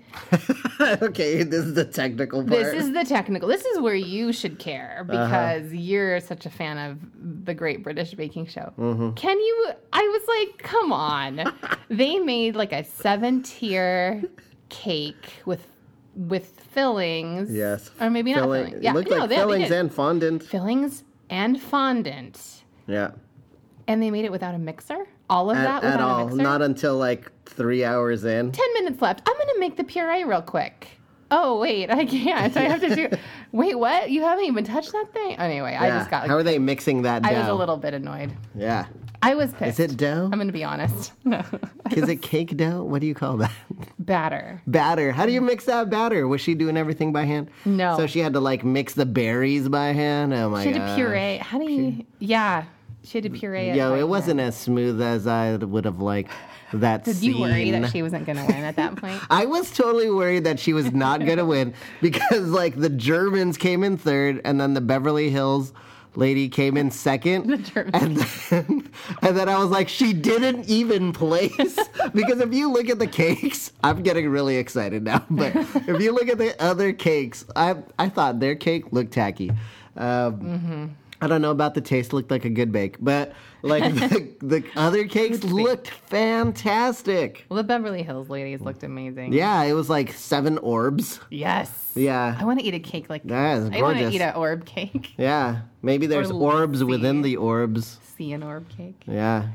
[SPEAKER 1] okay, this is the technical part. Uh-huh.
[SPEAKER 2] this is the technical. This is where you should care because you're such a fan of the Great British Baking Show.
[SPEAKER 1] Mm-hmm.
[SPEAKER 2] Can you? I was like, come on. they made like a seven tier cake with with fillings.
[SPEAKER 1] yes,
[SPEAKER 2] Or maybe not
[SPEAKER 1] Filling-
[SPEAKER 2] fillings.
[SPEAKER 1] it
[SPEAKER 2] Yeah,
[SPEAKER 1] looked
[SPEAKER 2] no,
[SPEAKER 1] like
[SPEAKER 2] they, they
[SPEAKER 1] fillings
[SPEAKER 2] did.
[SPEAKER 1] and fondant.
[SPEAKER 2] fillings and fondant,
[SPEAKER 1] Yeah,
[SPEAKER 2] and they made it without a mixer. All of
[SPEAKER 1] at,
[SPEAKER 2] that without
[SPEAKER 1] at
[SPEAKER 2] a
[SPEAKER 1] all,
[SPEAKER 2] mixer.
[SPEAKER 1] not until like three hours in.
[SPEAKER 2] 10 minutes left. I'm going to make the puree real quick. Oh, wait, I can't. I have to do. Wait, what? You haven't even touched that thing? Anyway, I
[SPEAKER 1] Yeah.
[SPEAKER 2] just got.
[SPEAKER 1] How are they mixing that dough?
[SPEAKER 2] I was a little bit annoyed.
[SPEAKER 1] Yeah,
[SPEAKER 2] I was pissed.
[SPEAKER 1] is it dough?
[SPEAKER 2] I'm going to be honest.
[SPEAKER 1] Is it cake dough? What do you call that?
[SPEAKER 2] Batter.
[SPEAKER 1] batter. How do you mix that batter? Was she doing everything by hand?
[SPEAKER 2] No.
[SPEAKER 1] So she had to like mix the berries by hand. Oh my
[SPEAKER 2] She
[SPEAKER 1] god.
[SPEAKER 2] had to puree. How do you. Yeah. She had to puree it.
[SPEAKER 1] Yo,
[SPEAKER 2] right
[SPEAKER 1] it wasn't as smooth as I would have liked that
[SPEAKER 2] there.
[SPEAKER 1] scene.
[SPEAKER 2] You worried that she wasn't going to win at that point?
[SPEAKER 1] I was totally worried that she was not going to win because like the Germans came in third and then the Beverly Hills lady came in second.
[SPEAKER 2] German.
[SPEAKER 1] and then, and then I was like, she didn't even place. because if you look at the cakes, I'm getting really excited now. But if you look at the other cakes, I, I thought their cake looked tacky. Um, I don't know about the taste. Looked like a good bake, but like the, the other cakes looked fantastic.
[SPEAKER 2] Well, the Beverly Hills ladies looked amazing.
[SPEAKER 1] Yeah, it was like seven orbs.
[SPEAKER 2] Yes.
[SPEAKER 1] Yeah.
[SPEAKER 2] I want to eat a cake like
[SPEAKER 1] That is
[SPEAKER 2] I want to
[SPEAKER 1] gorgeous.
[SPEAKER 2] eat an orb cake.
[SPEAKER 1] Yeah, maybe there's orbs
[SPEAKER 2] let's
[SPEAKER 1] within
[SPEAKER 2] see.
[SPEAKER 1] the orbs.
[SPEAKER 2] See an orb cake.
[SPEAKER 1] Yeah.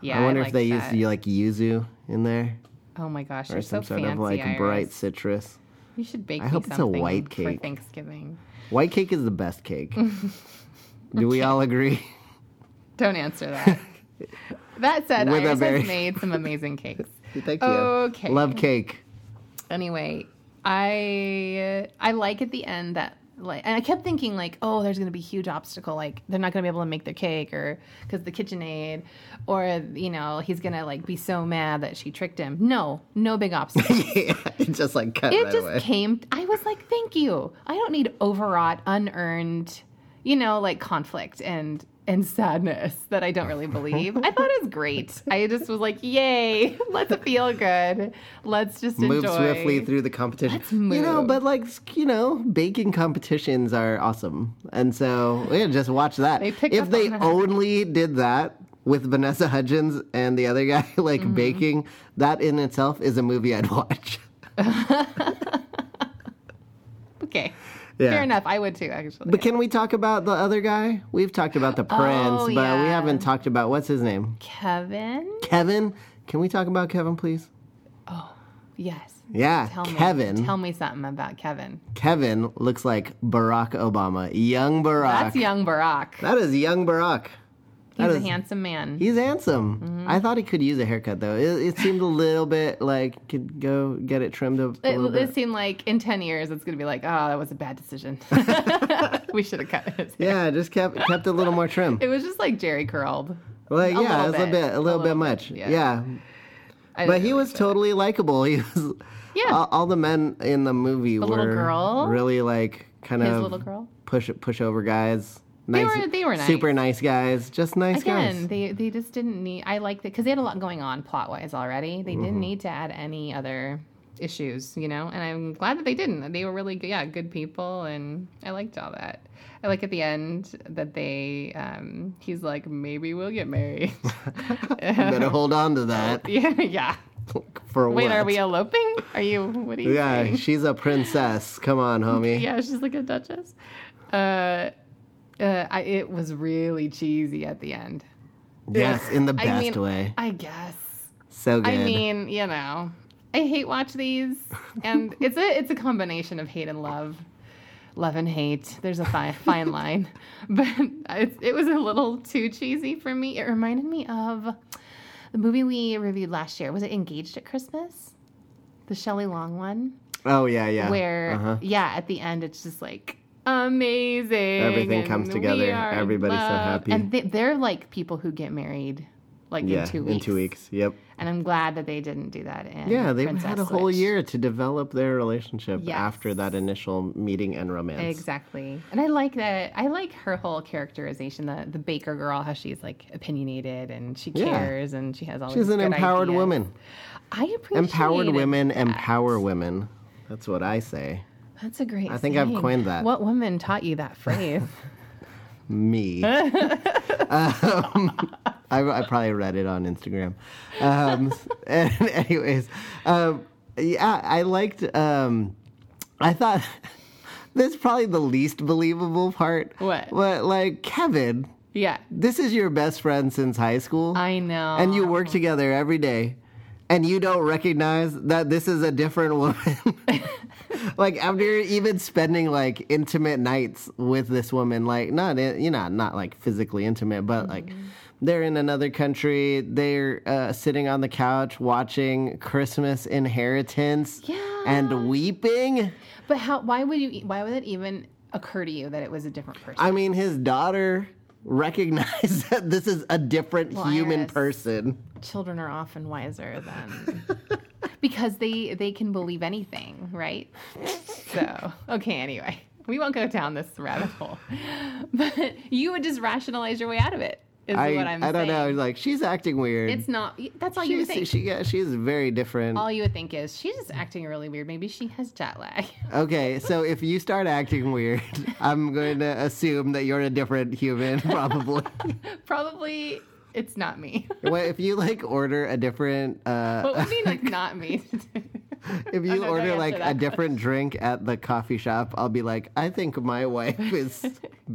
[SPEAKER 2] Yeah,
[SPEAKER 1] I
[SPEAKER 2] I
[SPEAKER 1] wonder if
[SPEAKER 2] like
[SPEAKER 1] they
[SPEAKER 2] that.
[SPEAKER 1] used like yuzu in there
[SPEAKER 2] Oh my gosh,
[SPEAKER 1] or
[SPEAKER 2] you're so
[SPEAKER 1] some sort
[SPEAKER 2] fancy.
[SPEAKER 1] of like
[SPEAKER 2] Iris.
[SPEAKER 1] bright citrus.
[SPEAKER 2] You should bake.
[SPEAKER 1] I
[SPEAKER 2] me
[SPEAKER 1] hope it's a
[SPEAKER 2] something
[SPEAKER 1] white cake.
[SPEAKER 2] for Thanksgiving.
[SPEAKER 1] White cake is the best cake. Do we all agree?
[SPEAKER 2] Don't answer that. that said,
[SPEAKER 1] With a
[SPEAKER 2] Iris
[SPEAKER 1] very-
[SPEAKER 2] has made some amazing cakes.
[SPEAKER 1] Thank you.
[SPEAKER 2] Okay.
[SPEAKER 1] Love cake.
[SPEAKER 2] anyway, I I like at the end that like, and I kept thinking like, oh, there's gonna be a huge obstacle, like they're not gonna be able to make their cake, or because the KitchenAid, or you know, he's gonna like be so mad that she tricked him. No, no big obstacle.
[SPEAKER 1] yeah, it just like cut
[SPEAKER 2] it
[SPEAKER 1] right
[SPEAKER 2] just
[SPEAKER 1] away.
[SPEAKER 2] came. I was like, thank you. I don't need overwrought, unearned, you know, like conflict and and sadness that I don't really believe. I thought it was great. I just was like, yay, let's feel good. Let's just
[SPEAKER 1] Move
[SPEAKER 2] enjoy.
[SPEAKER 1] swiftly through the competition. You know,
[SPEAKER 2] move.
[SPEAKER 1] but like you know, baking competitions are awesome, and so yeah, just watch that.
[SPEAKER 2] They picked
[SPEAKER 1] if
[SPEAKER 2] up
[SPEAKER 1] they
[SPEAKER 2] on that.
[SPEAKER 1] only did that with Vanessa Hudgens and the other guy, like
[SPEAKER 2] Mm-hmm.
[SPEAKER 1] baking, that in itself is a movie I'd watch.
[SPEAKER 2] Okay.
[SPEAKER 1] Yeah.
[SPEAKER 2] Fair enough. I would too, actually.
[SPEAKER 1] But can we talk about the other guy? We've talked about the prince, but
[SPEAKER 2] Oh, yeah.
[SPEAKER 1] we haven't talked about what's his name?
[SPEAKER 2] Kevin?
[SPEAKER 1] Kevin. Can we talk about Kevin, please?
[SPEAKER 2] Yes.
[SPEAKER 1] Yeah,
[SPEAKER 2] Tell
[SPEAKER 1] Kevin.
[SPEAKER 2] Me, tell me something about Kevin.
[SPEAKER 1] Kevin looks like Barack Obama, young Barack.
[SPEAKER 2] That's young Barack.
[SPEAKER 1] That is young Barack.
[SPEAKER 2] He's a Mm-hmm.
[SPEAKER 1] is-
[SPEAKER 2] handsome man.
[SPEAKER 1] He's handsome. I thought he could use a haircut though. It, it seemed a little bit like could go get it trimmed up. A
[SPEAKER 2] It,
[SPEAKER 1] little
[SPEAKER 2] it
[SPEAKER 1] bit.
[SPEAKER 2] seemed like in 10 years, it's going to be like, oh, that was a bad decision. we should have cut his hair.
[SPEAKER 1] Yeah, just kept kept a little more trim.
[SPEAKER 2] It was just like Jerry curled.
[SPEAKER 1] Like yeah,
[SPEAKER 2] a little
[SPEAKER 1] it was a
[SPEAKER 2] bit.
[SPEAKER 1] bit a
[SPEAKER 2] A
[SPEAKER 1] little bit
[SPEAKER 2] little
[SPEAKER 1] much.
[SPEAKER 2] yeah.
[SPEAKER 1] yeah,
[SPEAKER 2] I
[SPEAKER 1] but
[SPEAKER 2] didn't
[SPEAKER 1] he
[SPEAKER 2] really
[SPEAKER 1] was totally likable. He was.
[SPEAKER 2] Yeah.
[SPEAKER 1] All, all the men in the movie
[SPEAKER 2] little
[SPEAKER 1] were
[SPEAKER 2] girl?
[SPEAKER 1] really like kind
[SPEAKER 2] His
[SPEAKER 1] of
[SPEAKER 2] little girl?
[SPEAKER 1] push pushover guys.
[SPEAKER 2] They were- they were nice.
[SPEAKER 1] Super nice guys. Just nice
[SPEAKER 2] Again,
[SPEAKER 1] guys.
[SPEAKER 2] they, they just didn't need. I liked it because they had a lot going on plot wise already. They
[SPEAKER 1] Mm-hmm.
[SPEAKER 2] didn't need to add any other issues, you know. And I'm glad that they didn't. They were really good, yeah good people, and I liked all that. I like at the end that they um, he's like maybe we'll get married.
[SPEAKER 1] Better hold on to that
[SPEAKER 2] yeah, yeah.
[SPEAKER 1] for
[SPEAKER 2] Wait,
[SPEAKER 1] what?
[SPEAKER 2] are we eloping? Are you? What are you?
[SPEAKER 1] Yeah,
[SPEAKER 2] saying?
[SPEAKER 1] she's a princess. Come on, homie.
[SPEAKER 2] yeah, she's like a duchess. Uh, uh, I, it was really cheesy at the end.
[SPEAKER 1] Yes, in the
[SPEAKER 2] I
[SPEAKER 1] best
[SPEAKER 2] mean,
[SPEAKER 1] way.
[SPEAKER 2] I guess.
[SPEAKER 1] So good.
[SPEAKER 2] I mean, you know, I hate watch these, and it's a it's a combination of hate and love, love and hate. There's a fine fine line, but it, it was a little too cheesy for me. It reminded me of the movie we reviewed last year. Was it Engaged at Christmas? The Shelley Long one,
[SPEAKER 1] oh yeah, yeah.
[SPEAKER 2] where
[SPEAKER 1] Uh-huh.
[SPEAKER 2] yeah, at the end it's just like amazing.
[SPEAKER 1] Everything comes
[SPEAKER 2] and
[SPEAKER 1] together.
[SPEAKER 2] we are in
[SPEAKER 1] Everybody's so
[SPEAKER 2] love.
[SPEAKER 1] happy.
[SPEAKER 2] and they, they're like people who get married. Like
[SPEAKER 1] yeah,
[SPEAKER 2] in two weeks.
[SPEAKER 1] In two weeks. Yep.
[SPEAKER 2] And I'm glad that they didn't do that in
[SPEAKER 1] Yeah, they
[SPEAKER 2] Princess
[SPEAKER 1] had a whole
[SPEAKER 2] Switch.
[SPEAKER 1] year to develop their relationship
[SPEAKER 2] Yes.
[SPEAKER 1] after that initial meeting and romance.
[SPEAKER 2] Exactly. And I like that I like her whole characterization, the the baker girl, how she's like opinioinated and she
[SPEAKER 1] Yeah.
[SPEAKER 2] cares and she has all
[SPEAKER 1] She's
[SPEAKER 2] these
[SPEAKER 1] an
[SPEAKER 2] good
[SPEAKER 1] empowered
[SPEAKER 2] ideas.
[SPEAKER 1] woman.
[SPEAKER 2] I appreciate
[SPEAKER 1] Empowered
[SPEAKER 2] it.
[SPEAKER 1] women empower women. That's what I say.
[SPEAKER 2] That's a great
[SPEAKER 1] I think I've
[SPEAKER 2] saying.
[SPEAKER 1] coined that.
[SPEAKER 2] What woman taught you that phrase?
[SPEAKER 1] Me. um, I, I probably read it on Instagram. Um, and anyways, um, yeah, I liked. Um, I thought this is probably the least believable part.
[SPEAKER 2] What?
[SPEAKER 1] But like Kevin,
[SPEAKER 2] yeah.
[SPEAKER 1] this is your best friend since high school.
[SPEAKER 2] I know.
[SPEAKER 1] and you work together every day and you don't recognize that this is a different woman like after even spending like intimate nights with this woman like not in, you know not like physically intimate but like
[SPEAKER 2] Mm-hmm.
[SPEAKER 1] they're in another country they're uh, sitting on the couch watching christmas inheritance
[SPEAKER 2] Yeah.
[SPEAKER 1] and weeping
[SPEAKER 2] But how why would you e, why would it even occur to you that it was a different person?
[SPEAKER 1] i mean his daughter recognized that this is a different
[SPEAKER 2] Well,
[SPEAKER 1] human
[SPEAKER 2] Iris.
[SPEAKER 1] person
[SPEAKER 2] children are often wiser than because they they can believe anything, right? So okay, anyway, we won't go down this rabbit hole. But you would just rationalize your way out of it. Is
[SPEAKER 1] I,
[SPEAKER 2] what I'm
[SPEAKER 1] I don't know.
[SPEAKER 2] saying.
[SPEAKER 1] Like she's acting weird.
[SPEAKER 2] It's not. That's all you would
[SPEAKER 1] she's,
[SPEAKER 2] think.
[SPEAKER 1] she, yeah, she's very different.
[SPEAKER 2] all you would think is she's just acting really weird. Maybe she has jet lag.
[SPEAKER 1] Okay, so if you start acting weird, I'm going to assume that you're a different human, probably.
[SPEAKER 2] Probably it's not me.
[SPEAKER 1] what if you like order a different? Uh,
[SPEAKER 2] what would mean it's not me?
[SPEAKER 1] if you
[SPEAKER 2] I don't know the
[SPEAKER 1] order
[SPEAKER 2] answer
[SPEAKER 1] like
[SPEAKER 2] to
[SPEAKER 1] a
[SPEAKER 2] that
[SPEAKER 1] different drink at the coffee shop, I'll be like, I think my wife has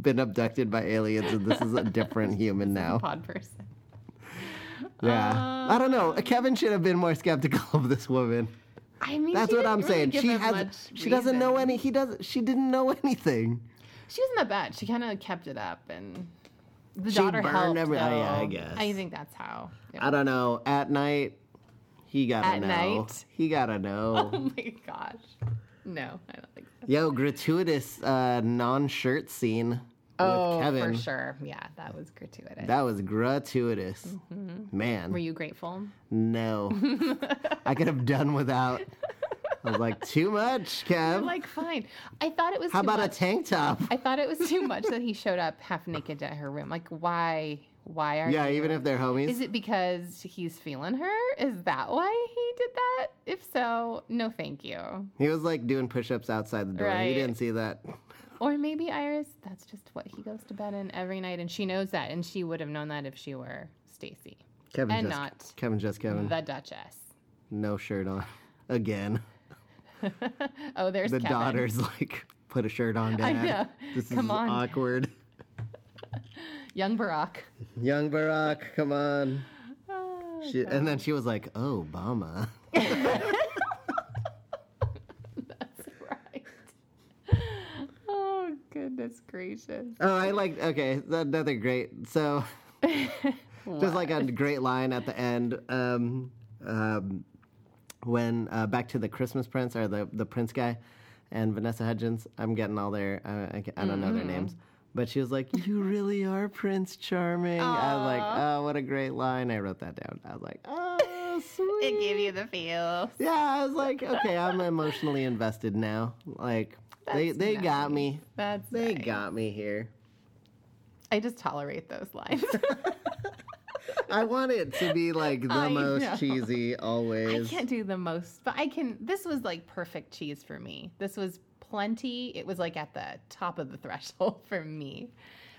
[SPEAKER 1] been abducted by aliens, and this is a different human now.
[SPEAKER 2] Pod person.
[SPEAKER 1] Yeah, I don't
[SPEAKER 2] Ah.
[SPEAKER 1] know. Kevin should have been more skeptical of this woman.
[SPEAKER 2] I mean,
[SPEAKER 1] That's
[SPEAKER 2] she
[SPEAKER 1] what
[SPEAKER 2] didn't
[SPEAKER 1] I'm
[SPEAKER 2] really
[SPEAKER 1] saying.
[SPEAKER 2] give
[SPEAKER 1] She
[SPEAKER 2] him
[SPEAKER 1] has.
[SPEAKER 2] much
[SPEAKER 1] She doesn't know
[SPEAKER 2] reason.
[SPEAKER 1] any. He does. She didn't know anything.
[SPEAKER 2] She wasn't that bad. She kind of kept it up, and the
[SPEAKER 1] She
[SPEAKER 2] daughter
[SPEAKER 1] burned
[SPEAKER 2] helped.
[SPEAKER 1] every- oh, yeah, I
[SPEAKER 2] though.
[SPEAKER 1] guess.
[SPEAKER 2] I think that's how. it
[SPEAKER 1] I don't know. At night, he gotta
[SPEAKER 2] At
[SPEAKER 1] know.
[SPEAKER 2] night?
[SPEAKER 1] He gotta know.
[SPEAKER 2] Oh my gosh. No, I don't think so.
[SPEAKER 1] Yo, gratuitous uh, non-shirt scene with Kevin.
[SPEAKER 2] Oh, for sure. Yeah, that was gratuitous.
[SPEAKER 1] That was gratuitous, man.
[SPEAKER 2] Mm-hmm. Were you grateful?
[SPEAKER 1] no, I could have done without. I was like, too much, Kev.
[SPEAKER 2] I'm like, fine. I thought it was
[SPEAKER 1] How
[SPEAKER 2] too
[SPEAKER 1] about
[SPEAKER 2] much.
[SPEAKER 1] a tank top?
[SPEAKER 2] I thought it was too much that he showed up half naked at her room. Like, why? Why are
[SPEAKER 1] Yeah,
[SPEAKER 2] you-
[SPEAKER 1] even if they're homies.
[SPEAKER 2] Is it because he's feeling her? Is that why he did that? If so, no, thank you.
[SPEAKER 1] he was like doing push-ups outside the door. He
[SPEAKER 2] Right.
[SPEAKER 1] didn't see that.
[SPEAKER 2] Or maybe Iris, that's just what he goes to bed in every night, and she knows that, and she would have known that if she were Stacy
[SPEAKER 1] Kevin
[SPEAKER 2] And
[SPEAKER 1] just
[SPEAKER 2] not. Mm-hmm.
[SPEAKER 1] Kevin just Kevin.
[SPEAKER 2] the Duchess.
[SPEAKER 1] No shirt on. Again.
[SPEAKER 2] Oh, there's
[SPEAKER 1] The
[SPEAKER 2] Kevin.
[SPEAKER 1] daughter's like, put a shirt on, Dad.
[SPEAKER 2] know.
[SPEAKER 1] This is
[SPEAKER 2] Come on.
[SPEAKER 1] awkward.
[SPEAKER 2] young Barack.
[SPEAKER 1] Young Barack, come on.
[SPEAKER 2] Oh,
[SPEAKER 1] She, and then she was like, "Oh, Obama.
[SPEAKER 2] Right. Oh goodness gracious.
[SPEAKER 1] Oh, I like, okay, that- another great. So, just like a great line at the end. Um, um, when uh, back to the Christmas Prince or the, the Prince guy and Vanessa Hudgens, I'm getting all their, uh, I, I, ca- I don't know
[SPEAKER 2] Mm-hmm.
[SPEAKER 1] their names. But she was like, "You really are Prince Charming." I was like, "Oh, what a great line!" I wrote that down. I was like, "Oh, sweet."
[SPEAKER 2] It gave you the feels.
[SPEAKER 1] Yeah, I was like, okay, I'm emotionally invested now. Like they
[SPEAKER 2] That's
[SPEAKER 1] they got me.
[SPEAKER 2] That's
[SPEAKER 1] They
[SPEAKER 2] nice.
[SPEAKER 1] got me here.
[SPEAKER 2] I just tolerate those lines.
[SPEAKER 1] I want it to be like the
[SPEAKER 2] I
[SPEAKER 1] most
[SPEAKER 2] know.
[SPEAKER 1] cheesy
[SPEAKER 2] I
[SPEAKER 1] always.
[SPEAKER 2] can't do the most, but I can. This was like perfect cheese for me. This was plenty. It was like at the top of the threshold for me,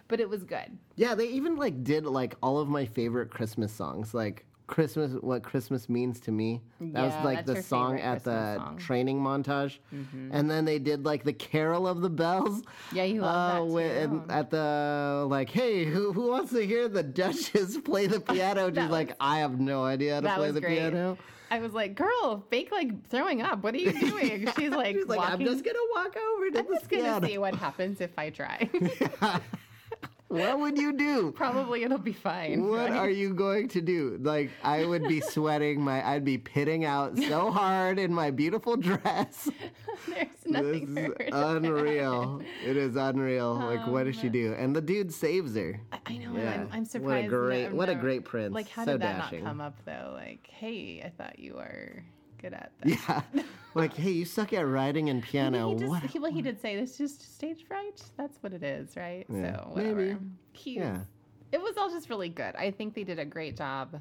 [SPEAKER 2] but it was good.
[SPEAKER 1] Yeah, they even like did like all of my favorite Christmas songs, like Christmas what Christmas means to me. That
[SPEAKER 2] Yeah,
[SPEAKER 1] was like
[SPEAKER 2] that's
[SPEAKER 1] the
[SPEAKER 2] your
[SPEAKER 1] song
[SPEAKER 2] favorite
[SPEAKER 1] at the
[SPEAKER 2] Christmas song. Mm-hmm.
[SPEAKER 1] training montage. And then they did like the Carol of the Bells.
[SPEAKER 2] Yeah, you love Oh, that
[SPEAKER 1] wi-
[SPEAKER 2] too.
[SPEAKER 1] Oh, and at the like, hey, who who wants to hear the Duchess play the piano? She's
[SPEAKER 2] That
[SPEAKER 1] like, I have no idea how to
[SPEAKER 2] That
[SPEAKER 1] play
[SPEAKER 2] was
[SPEAKER 1] the
[SPEAKER 2] great.
[SPEAKER 1] piano.
[SPEAKER 2] I was like, "Girl, fake like throwing up. What are you doing?" She's like,
[SPEAKER 1] She's like,
[SPEAKER 2] walking.
[SPEAKER 1] I'm just gonna walk over to
[SPEAKER 2] I'm
[SPEAKER 1] the
[SPEAKER 2] just gonna
[SPEAKER 1] piano.
[SPEAKER 2] see what happens if I try.
[SPEAKER 1] What would you do?
[SPEAKER 2] Probably it'll be fine.
[SPEAKER 1] What
[SPEAKER 2] right?
[SPEAKER 1] are you going to do? Like, I would be sweating my, I'd be pitting out so hard in my beautiful dress. This
[SPEAKER 2] There's nothing.
[SPEAKER 1] is
[SPEAKER 2] for her to-
[SPEAKER 1] unreal. It is unreal. like, what
[SPEAKER 2] Um,
[SPEAKER 1] does she do? And the dude saves her.
[SPEAKER 2] I know.
[SPEAKER 1] Yeah.
[SPEAKER 2] I'm,
[SPEAKER 1] What a
[SPEAKER 2] I'm surprised. that
[SPEAKER 1] great-
[SPEAKER 2] I've
[SPEAKER 1] what a
[SPEAKER 2] never-
[SPEAKER 1] great prince.
[SPEAKER 2] Like, how
[SPEAKER 1] So
[SPEAKER 2] did that
[SPEAKER 1] dashing.
[SPEAKER 2] not come up though? Like, hey, I thought you were good at that.
[SPEAKER 1] Yeah. Like, hey, you suck at writing and piano.
[SPEAKER 2] He just,
[SPEAKER 1] What?
[SPEAKER 2] he- well, he did say this just stage fright. That's what it is, right?
[SPEAKER 1] Yeah.
[SPEAKER 2] So whatever.
[SPEAKER 1] Maybe.
[SPEAKER 2] Cute.
[SPEAKER 1] Yeah.
[SPEAKER 2] It was all just really good. I think they did a great job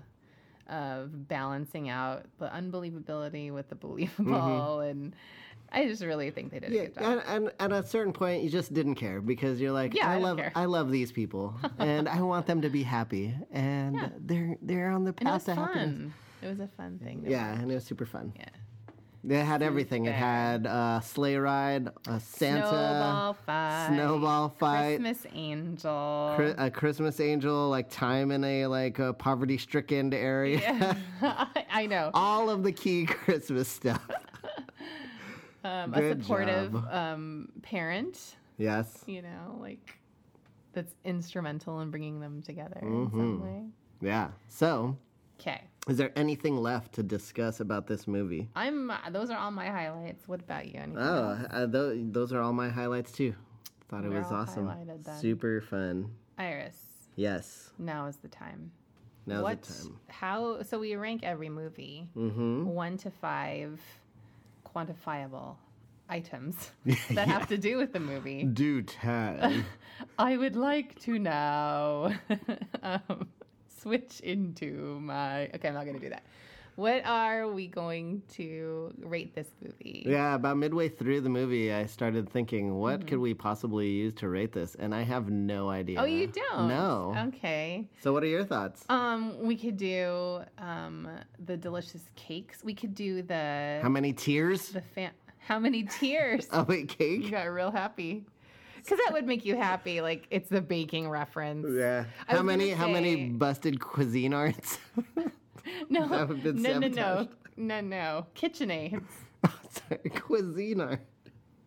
[SPEAKER 2] of balancing out the unbelievability with the believable, and I just really think they did a
[SPEAKER 1] Mm-hmm. Yeah,
[SPEAKER 2] good job.
[SPEAKER 1] and, and at a certain point, you just didn't care because you're like,
[SPEAKER 2] Yeah, I
[SPEAKER 1] I,
[SPEAKER 2] don't
[SPEAKER 1] love,
[SPEAKER 2] care.
[SPEAKER 1] I love these people, and I want them to be happy, and they're they're on the
[SPEAKER 2] and it
[SPEAKER 1] path
[SPEAKER 2] was
[SPEAKER 1] to happiness.
[SPEAKER 2] fun. It was a fun thing. to
[SPEAKER 1] Yeah, and it was super fun.
[SPEAKER 2] Yeah.
[SPEAKER 1] They had everything. It
[SPEAKER 2] fair.
[SPEAKER 1] had uh, sleigh ride, a Santa,
[SPEAKER 2] Snowball fight.
[SPEAKER 1] snowball fight,
[SPEAKER 2] Christmas angel.
[SPEAKER 1] Chri- a Christmas angel, like time in a like a poverty stricken area.
[SPEAKER 2] I know.
[SPEAKER 1] All of the key Christmas stuff.
[SPEAKER 2] Um, a
[SPEAKER 1] good
[SPEAKER 2] supportive
[SPEAKER 1] job.
[SPEAKER 2] um, parent.
[SPEAKER 1] Yes.
[SPEAKER 2] you know, like that's instrumental in bringing them together in some
[SPEAKER 1] Mm-hmm.
[SPEAKER 2] way.
[SPEAKER 1] Yeah. So,
[SPEAKER 2] Okay,
[SPEAKER 1] is there anything left to discuss about this movie?
[SPEAKER 2] I'm. uh, Those are all my highlights. What about you? Anything?
[SPEAKER 1] Oh, uh, th- those are all my highlights too. Thought it
[SPEAKER 2] They're
[SPEAKER 1] was
[SPEAKER 2] all
[SPEAKER 1] awesome.
[SPEAKER 2] highlighted then.
[SPEAKER 1] Super fun.
[SPEAKER 2] Iris,
[SPEAKER 1] Yes.
[SPEAKER 2] now is the time.
[SPEAKER 1] Now's
[SPEAKER 2] what?
[SPEAKER 1] the time. Mm-hmm.
[SPEAKER 2] How? So we rank every movie one to five, quantifiable items that have to do with the movie.
[SPEAKER 1] Do ten.
[SPEAKER 2] I would like to now um, switch into my. Okay, I'm not going to do that. What are we going to rate this movie?
[SPEAKER 1] yeah, about midway through the movie, I started thinking, what could we possibly use to rate this? And I have no idea.
[SPEAKER 2] Mm-hmm. Oh, you don't?
[SPEAKER 1] No.
[SPEAKER 2] Okay.
[SPEAKER 1] So, what are your thoughts?
[SPEAKER 2] Um, we could do um the delicious cakes. We could do the
[SPEAKER 1] How many tears?
[SPEAKER 2] the fan. How many tears?
[SPEAKER 1] Oh, wait,
[SPEAKER 2] You
[SPEAKER 1] cake?
[SPEAKER 2] got real happy. Because that would make you happy. Like it's the baking reference.
[SPEAKER 1] Yeah.
[SPEAKER 2] I was
[SPEAKER 1] How
[SPEAKER 2] gonna
[SPEAKER 1] many? How
[SPEAKER 2] say-
[SPEAKER 1] many busted cuisine arts?
[SPEAKER 2] No,
[SPEAKER 1] That would've been
[SPEAKER 2] no, no, no,
[SPEAKER 1] sabotaged.
[SPEAKER 2] no, no. Kitchen aids.
[SPEAKER 1] Sorry, cuisine art.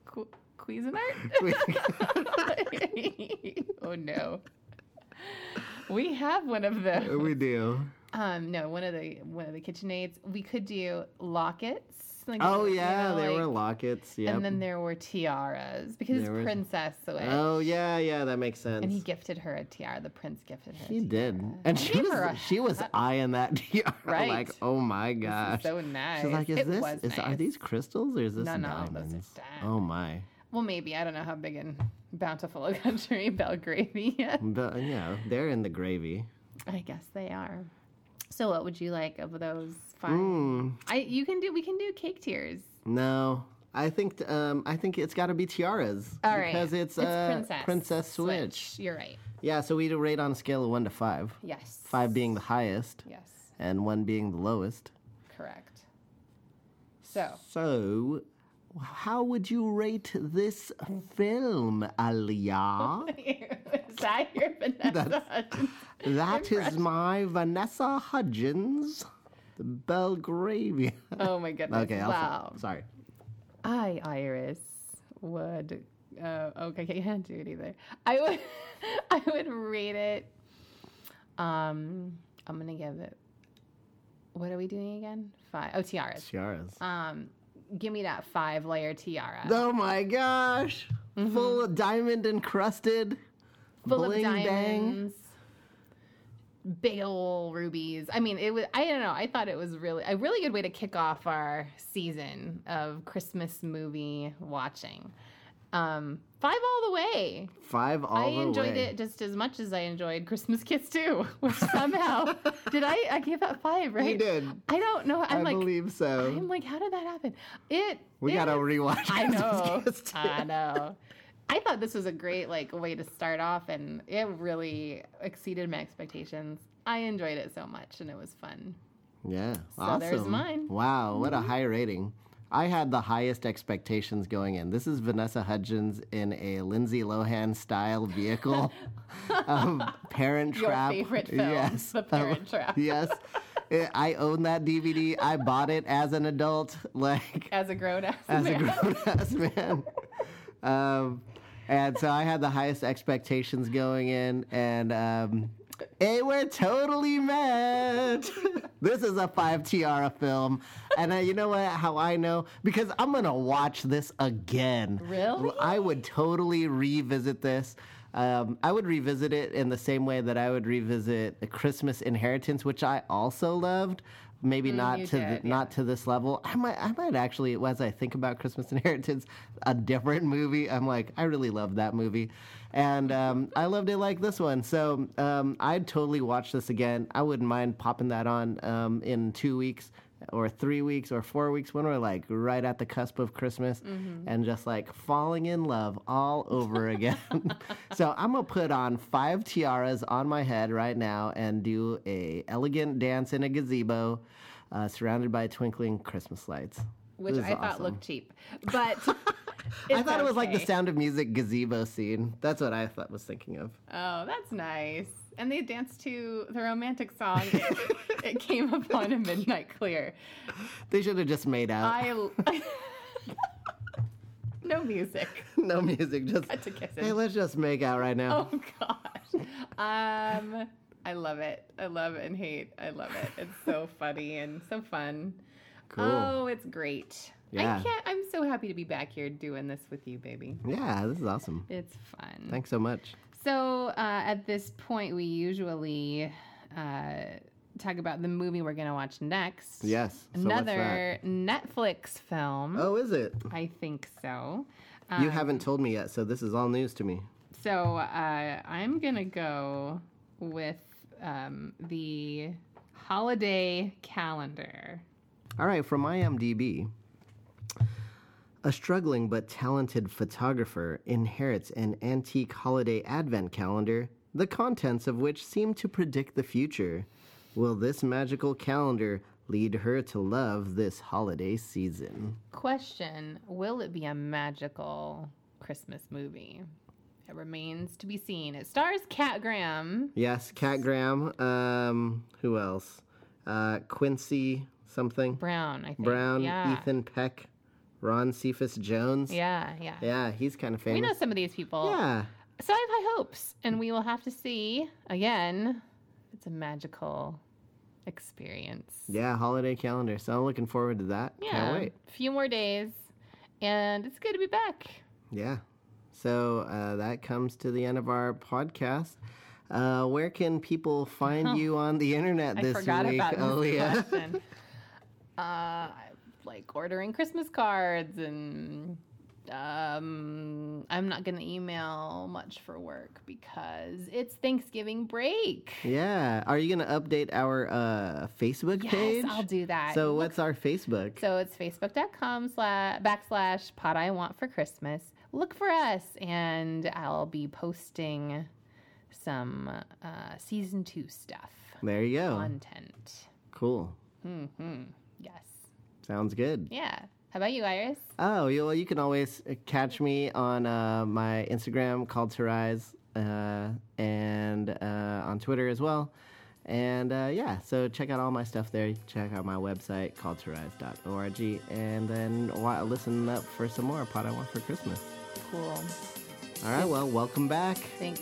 [SPEAKER 2] Cu- Cuisinart. oh no. We have one of those.
[SPEAKER 1] we do.
[SPEAKER 2] Um, no, one of the one of the kitchen aids. We could do lockets. Like,
[SPEAKER 1] Oh
[SPEAKER 2] you
[SPEAKER 1] yeah,
[SPEAKER 2] know,
[SPEAKER 1] there
[SPEAKER 2] like-
[SPEAKER 1] were lockets. Yep.
[SPEAKER 2] And then there were tiaras because it's
[SPEAKER 1] There was-
[SPEAKER 2] princess, so it,
[SPEAKER 1] oh yeah, yeah, that makes sense.
[SPEAKER 2] and he gifted her a tiara. The prince gifted her. a
[SPEAKER 1] He
[SPEAKER 2] tiara.
[SPEAKER 1] did, and she
[SPEAKER 2] Gave her a
[SPEAKER 1] was she was eyeing that tiara
[SPEAKER 2] Right.
[SPEAKER 1] like, oh my gosh,
[SPEAKER 2] so nice.
[SPEAKER 1] She's like, is
[SPEAKER 2] It
[SPEAKER 1] this
[SPEAKER 2] was
[SPEAKER 1] is are
[SPEAKER 2] nice.
[SPEAKER 1] these crystals or is this
[SPEAKER 2] No, no, those are
[SPEAKER 1] diamonds?
[SPEAKER 2] diamonds.
[SPEAKER 1] oh my,
[SPEAKER 2] Well, maybe I don't know how big and bountiful a country Belgravia. is.
[SPEAKER 1] but uh, yeah, they're in the gravy.
[SPEAKER 2] I guess they are. So, what would you like of those five?
[SPEAKER 1] Mm.
[SPEAKER 2] I you can do. We can do cake tiers.
[SPEAKER 1] Hmm, No, I think um I think it's got to be tiaras
[SPEAKER 2] All right,
[SPEAKER 1] because it's, uh, Switch.
[SPEAKER 2] You're right.
[SPEAKER 1] Yeah, so we rate on a scale of one to five,
[SPEAKER 2] Yes.
[SPEAKER 1] five being the highest
[SPEAKER 2] Yes.
[SPEAKER 1] and one being the lowest.
[SPEAKER 2] Correct. So
[SPEAKER 1] So, how would you rate this film, Aliyah?
[SPEAKER 2] is that your Vanessa? Hudgens?
[SPEAKER 1] That is my Vanessa Hudgens, the Belgravia.
[SPEAKER 2] Oh my goodness!
[SPEAKER 1] Okay, I'll
[SPEAKER 2] wow.
[SPEAKER 1] stop. Sorry.
[SPEAKER 2] I, Iris, would. Uh, okay, I can't do it either. I would. I would rate it. Um, I'm gonna give it. What are we doing again? Five. Oh, tiaras. Um,
[SPEAKER 1] Tiaras.
[SPEAKER 2] Give me that five layer tiara.
[SPEAKER 1] oh my gosh! Full of diamond encrusted.
[SPEAKER 2] Mm-hmm. Full
[SPEAKER 1] bling
[SPEAKER 2] of
[SPEAKER 1] bang.
[SPEAKER 2] diamonds. Big ol' rubies. I mean, it was. I don't know. I thought it was really a really good way to kick off our season of Christmas movie watching. Um, five all the way.
[SPEAKER 1] Five all
[SPEAKER 2] I
[SPEAKER 1] the
[SPEAKER 2] enjoyed
[SPEAKER 1] way.
[SPEAKER 2] it just as much as I enjoyed Christmas Kiss too, which somehow did I? I gave that five, right?
[SPEAKER 1] did.
[SPEAKER 2] I don't know. I'm
[SPEAKER 1] I
[SPEAKER 2] like,
[SPEAKER 1] believe so.
[SPEAKER 2] I'm like, how did that happen? It.
[SPEAKER 1] we
[SPEAKER 2] it-
[SPEAKER 1] gotta rewatch.
[SPEAKER 2] I know.
[SPEAKER 1] Christmas Kiss, too.
[SPEAKER 2] I know. I thought this was a great like way to start off, and it really exceeded my expectations. I enjoyed it so much, and it was fun.
[SPEAKER 1] Yeah.
[SPEAKER 2] So there's
[SPEAKER 1] awesome.
[SPEAKER 2] mine. Mm-hmm.
[SPEAKER 1] Wow, what a high rating. I had the highest expectations going in. This is Vanessa Hudgens in a Lindsay Lohan style vehicle of Parent
[SPEAKER 2] Your
[SPEAKER 1] Trap.
[SPEAKER 2] favorite film,
[SPEAKER 1] Yes.
[SPEAKER 2] The Parent Trap.
[SPEAKER 1] yes. I- I own that DVD. I bought it as an adult, like
[SPEAKER 2] As a grown ass,
[SPEAKER 1] as a grown ass man. Um, and so I had the highest expectations going in, and um, hey, we're totally met. this is a five tiara film, and uh, you know what? How I know because I'm gonna watch this again.
[SPEAKER 2] Really?
[SPEAKER 1] I would totally revisit this. Um, I would revisit it in the same way that I would revisit A Christmas Inheritance, which I also loved. Maybe not
[SPEAKER 2] Mm, you
[SPEAKER 1] to
[SPEAKER 2] did,
[SPEAKER 1] the, not to this level. I might I might actually, as I think about Christmas Inheritance, a different movie. I'm like, I really loved that movie, and um, I loved it like this one. So um, I'd totally watch this again. I wouldn't mind popping that on um, in two weeks or three weeks or four weeks when we're like right at the cusp of Christmas
[SPEAKER 2] Mm-hmm.
[SPEAKER 1] and just like falling in love all over again. so I'm gonna put on five tiaras on my head right now and do a elegant dance in a gazebo, uh, surrounded by twinkling Christmas lights.
[SPEAKER 2] which
[SPEAKER 1] This is
[SPEAKER 2] I thought
[SPEAKER 1] awesome.
[SPEAKER 2] looked cheap, but
[SPEAKER 1] I thought it was like the
[SPEAKER 2] okay.
[SPEAKER 1] Sound of Music gazebo scene. That's what I thought was thinking of.
[SPEAKER 2] Oh, that's nice. And they danced to the romantic song. It, it came upon a midnight clear.
[SPEAKER 1] They should have just made out.
[SPEAKER 2] I no music.
[SPEAKER 1] no music, just
[SPEAKER 2] to kiss it.
[SPEAKER 1] hey, let's just make out right now.
[SPEAKER 2] Oh gosh. Um, I love it. I love and hate. I love it. It's so funny and so fun.
[SPEAKER 1] Cool.
[SPEAKER 2] Oh, it's great. I
[SPEAKER 1] Yeah.
[SPEAKER 2] can't. I'm so happy to be back here doing this with you, baby.
[SPEAKER 1] Yeah, this is awesome.
[SPEAKER 2] It's fun.
[SPEAKER 1] Thanks so much.
[SPEAKER 2] So uh, at this point, we usually uh, talk about the movie we're going to watch next.
[SPEAKER 1] Yes. so what's that?
[SPEAKER 2] Another Netflix film.
[SPEAKER 1] Oh, is it?
[SPEAKER 2] I think so. Um,
[SPEAKER 1] you haven't told me yet, so this is all news to me.
[SPEAKER 2] So uh, I'm gonna go with um, the holiday calendar.
[SPEAKER 1] All right, from IMDb. A struggling but talented photographer inherits an antique holiday advent calendar, the contents of which seem to predict the future. Will this magical calendar lead her to love this holiday season?
[SPEAKER 2] Question: Will it be a magical Christmas movie? It remains to be seen. It stars Cat Graham.
[SPEAKER 1] Yes, Cat Graham. Um, who else? Uh, Quincy something.
[SPEAKER 2] Brown, I think.
[SPEAKER 1] Brown,
[SPEAKER 2] yeah.
[SPEAKER 1] Ethan Peck, Ron Cephas Jones.
[SPEAKER 2] Yeah, yeah.
[SPEAKER 1] Yeah, he's kind of
[SPEAKER 2] We know
[SPEAKER 1] famous.
[SPEAKER 2] some of these people.
[SPEAKER 1] Yeah.
[SPEAKER 2] So I have high hopes, and we will have to see again. if It's a magical experience.
[SPEAKER 1] Yeah, holiday calendar. So I'm looking forward to that.
[SPEAKER 2] Yeah,
[SPEAKER 1] Can't wait.
[SPEAKER 2] a few more days, and it's good to be back.
[SPEAKER 1] Yeah. So uh, that comes to the end of our podcast. Uh, where can people find you on the internet
[SPEAKER 2] I
[SPEAKER 1] this
[SPEAKER 2] forgot
[SPEAKER 1] week, Oh,
[SPEAKER 2] about this
[SPEAKER 1] Aaliyah?
[SPEAKER 2] question. uh, I like ordering Christmas cards, and um, I'm not going to email much for work because it's Thanksgiving break.
[SPEAKER 1] Yeah. Are you going to update our uh, Facebook
[SPEAKER 2] Yes,
[SPEAKER 1] page?
[SPEAKER 2] I'll do that.
[SPEAKER 1] So what's our Facebook?
[SPEAKER 2] So it's facebook.com slash backslash pot I want for Christmas. Look for us, and I'll be posting some uh, season two stuff
[SPEAKER 1] there you go.
[SPEAKER 2] content. Mm-hmm.
[SPEAKER 1] Cool.
[SPEAKER 2] Yes.
[SPEAKER 1] Sounds good.
[SPEAKER 2] Yeah. How about you, Iris?
[SPEAKER 1] Oh, you, well, you can always catch me on uh, my Instagram called to Rise uh, and uh, on Twitter as well. And uh, yeah, so check out all my stuff there. Check out my website, calltorise.org, and then wa- listen up for some more Pot I Want for Christmas.
[SPEAKER 2] Cool.
[SPEAKER 1] All right, well, welcome back.
[SPEAKER 2] Thanks.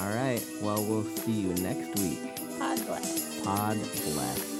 [SPEAKER 1] All right, well, we'll see you next week.
[SPEAKER 2] God bless.
[SPEAKER 1] Pod bless.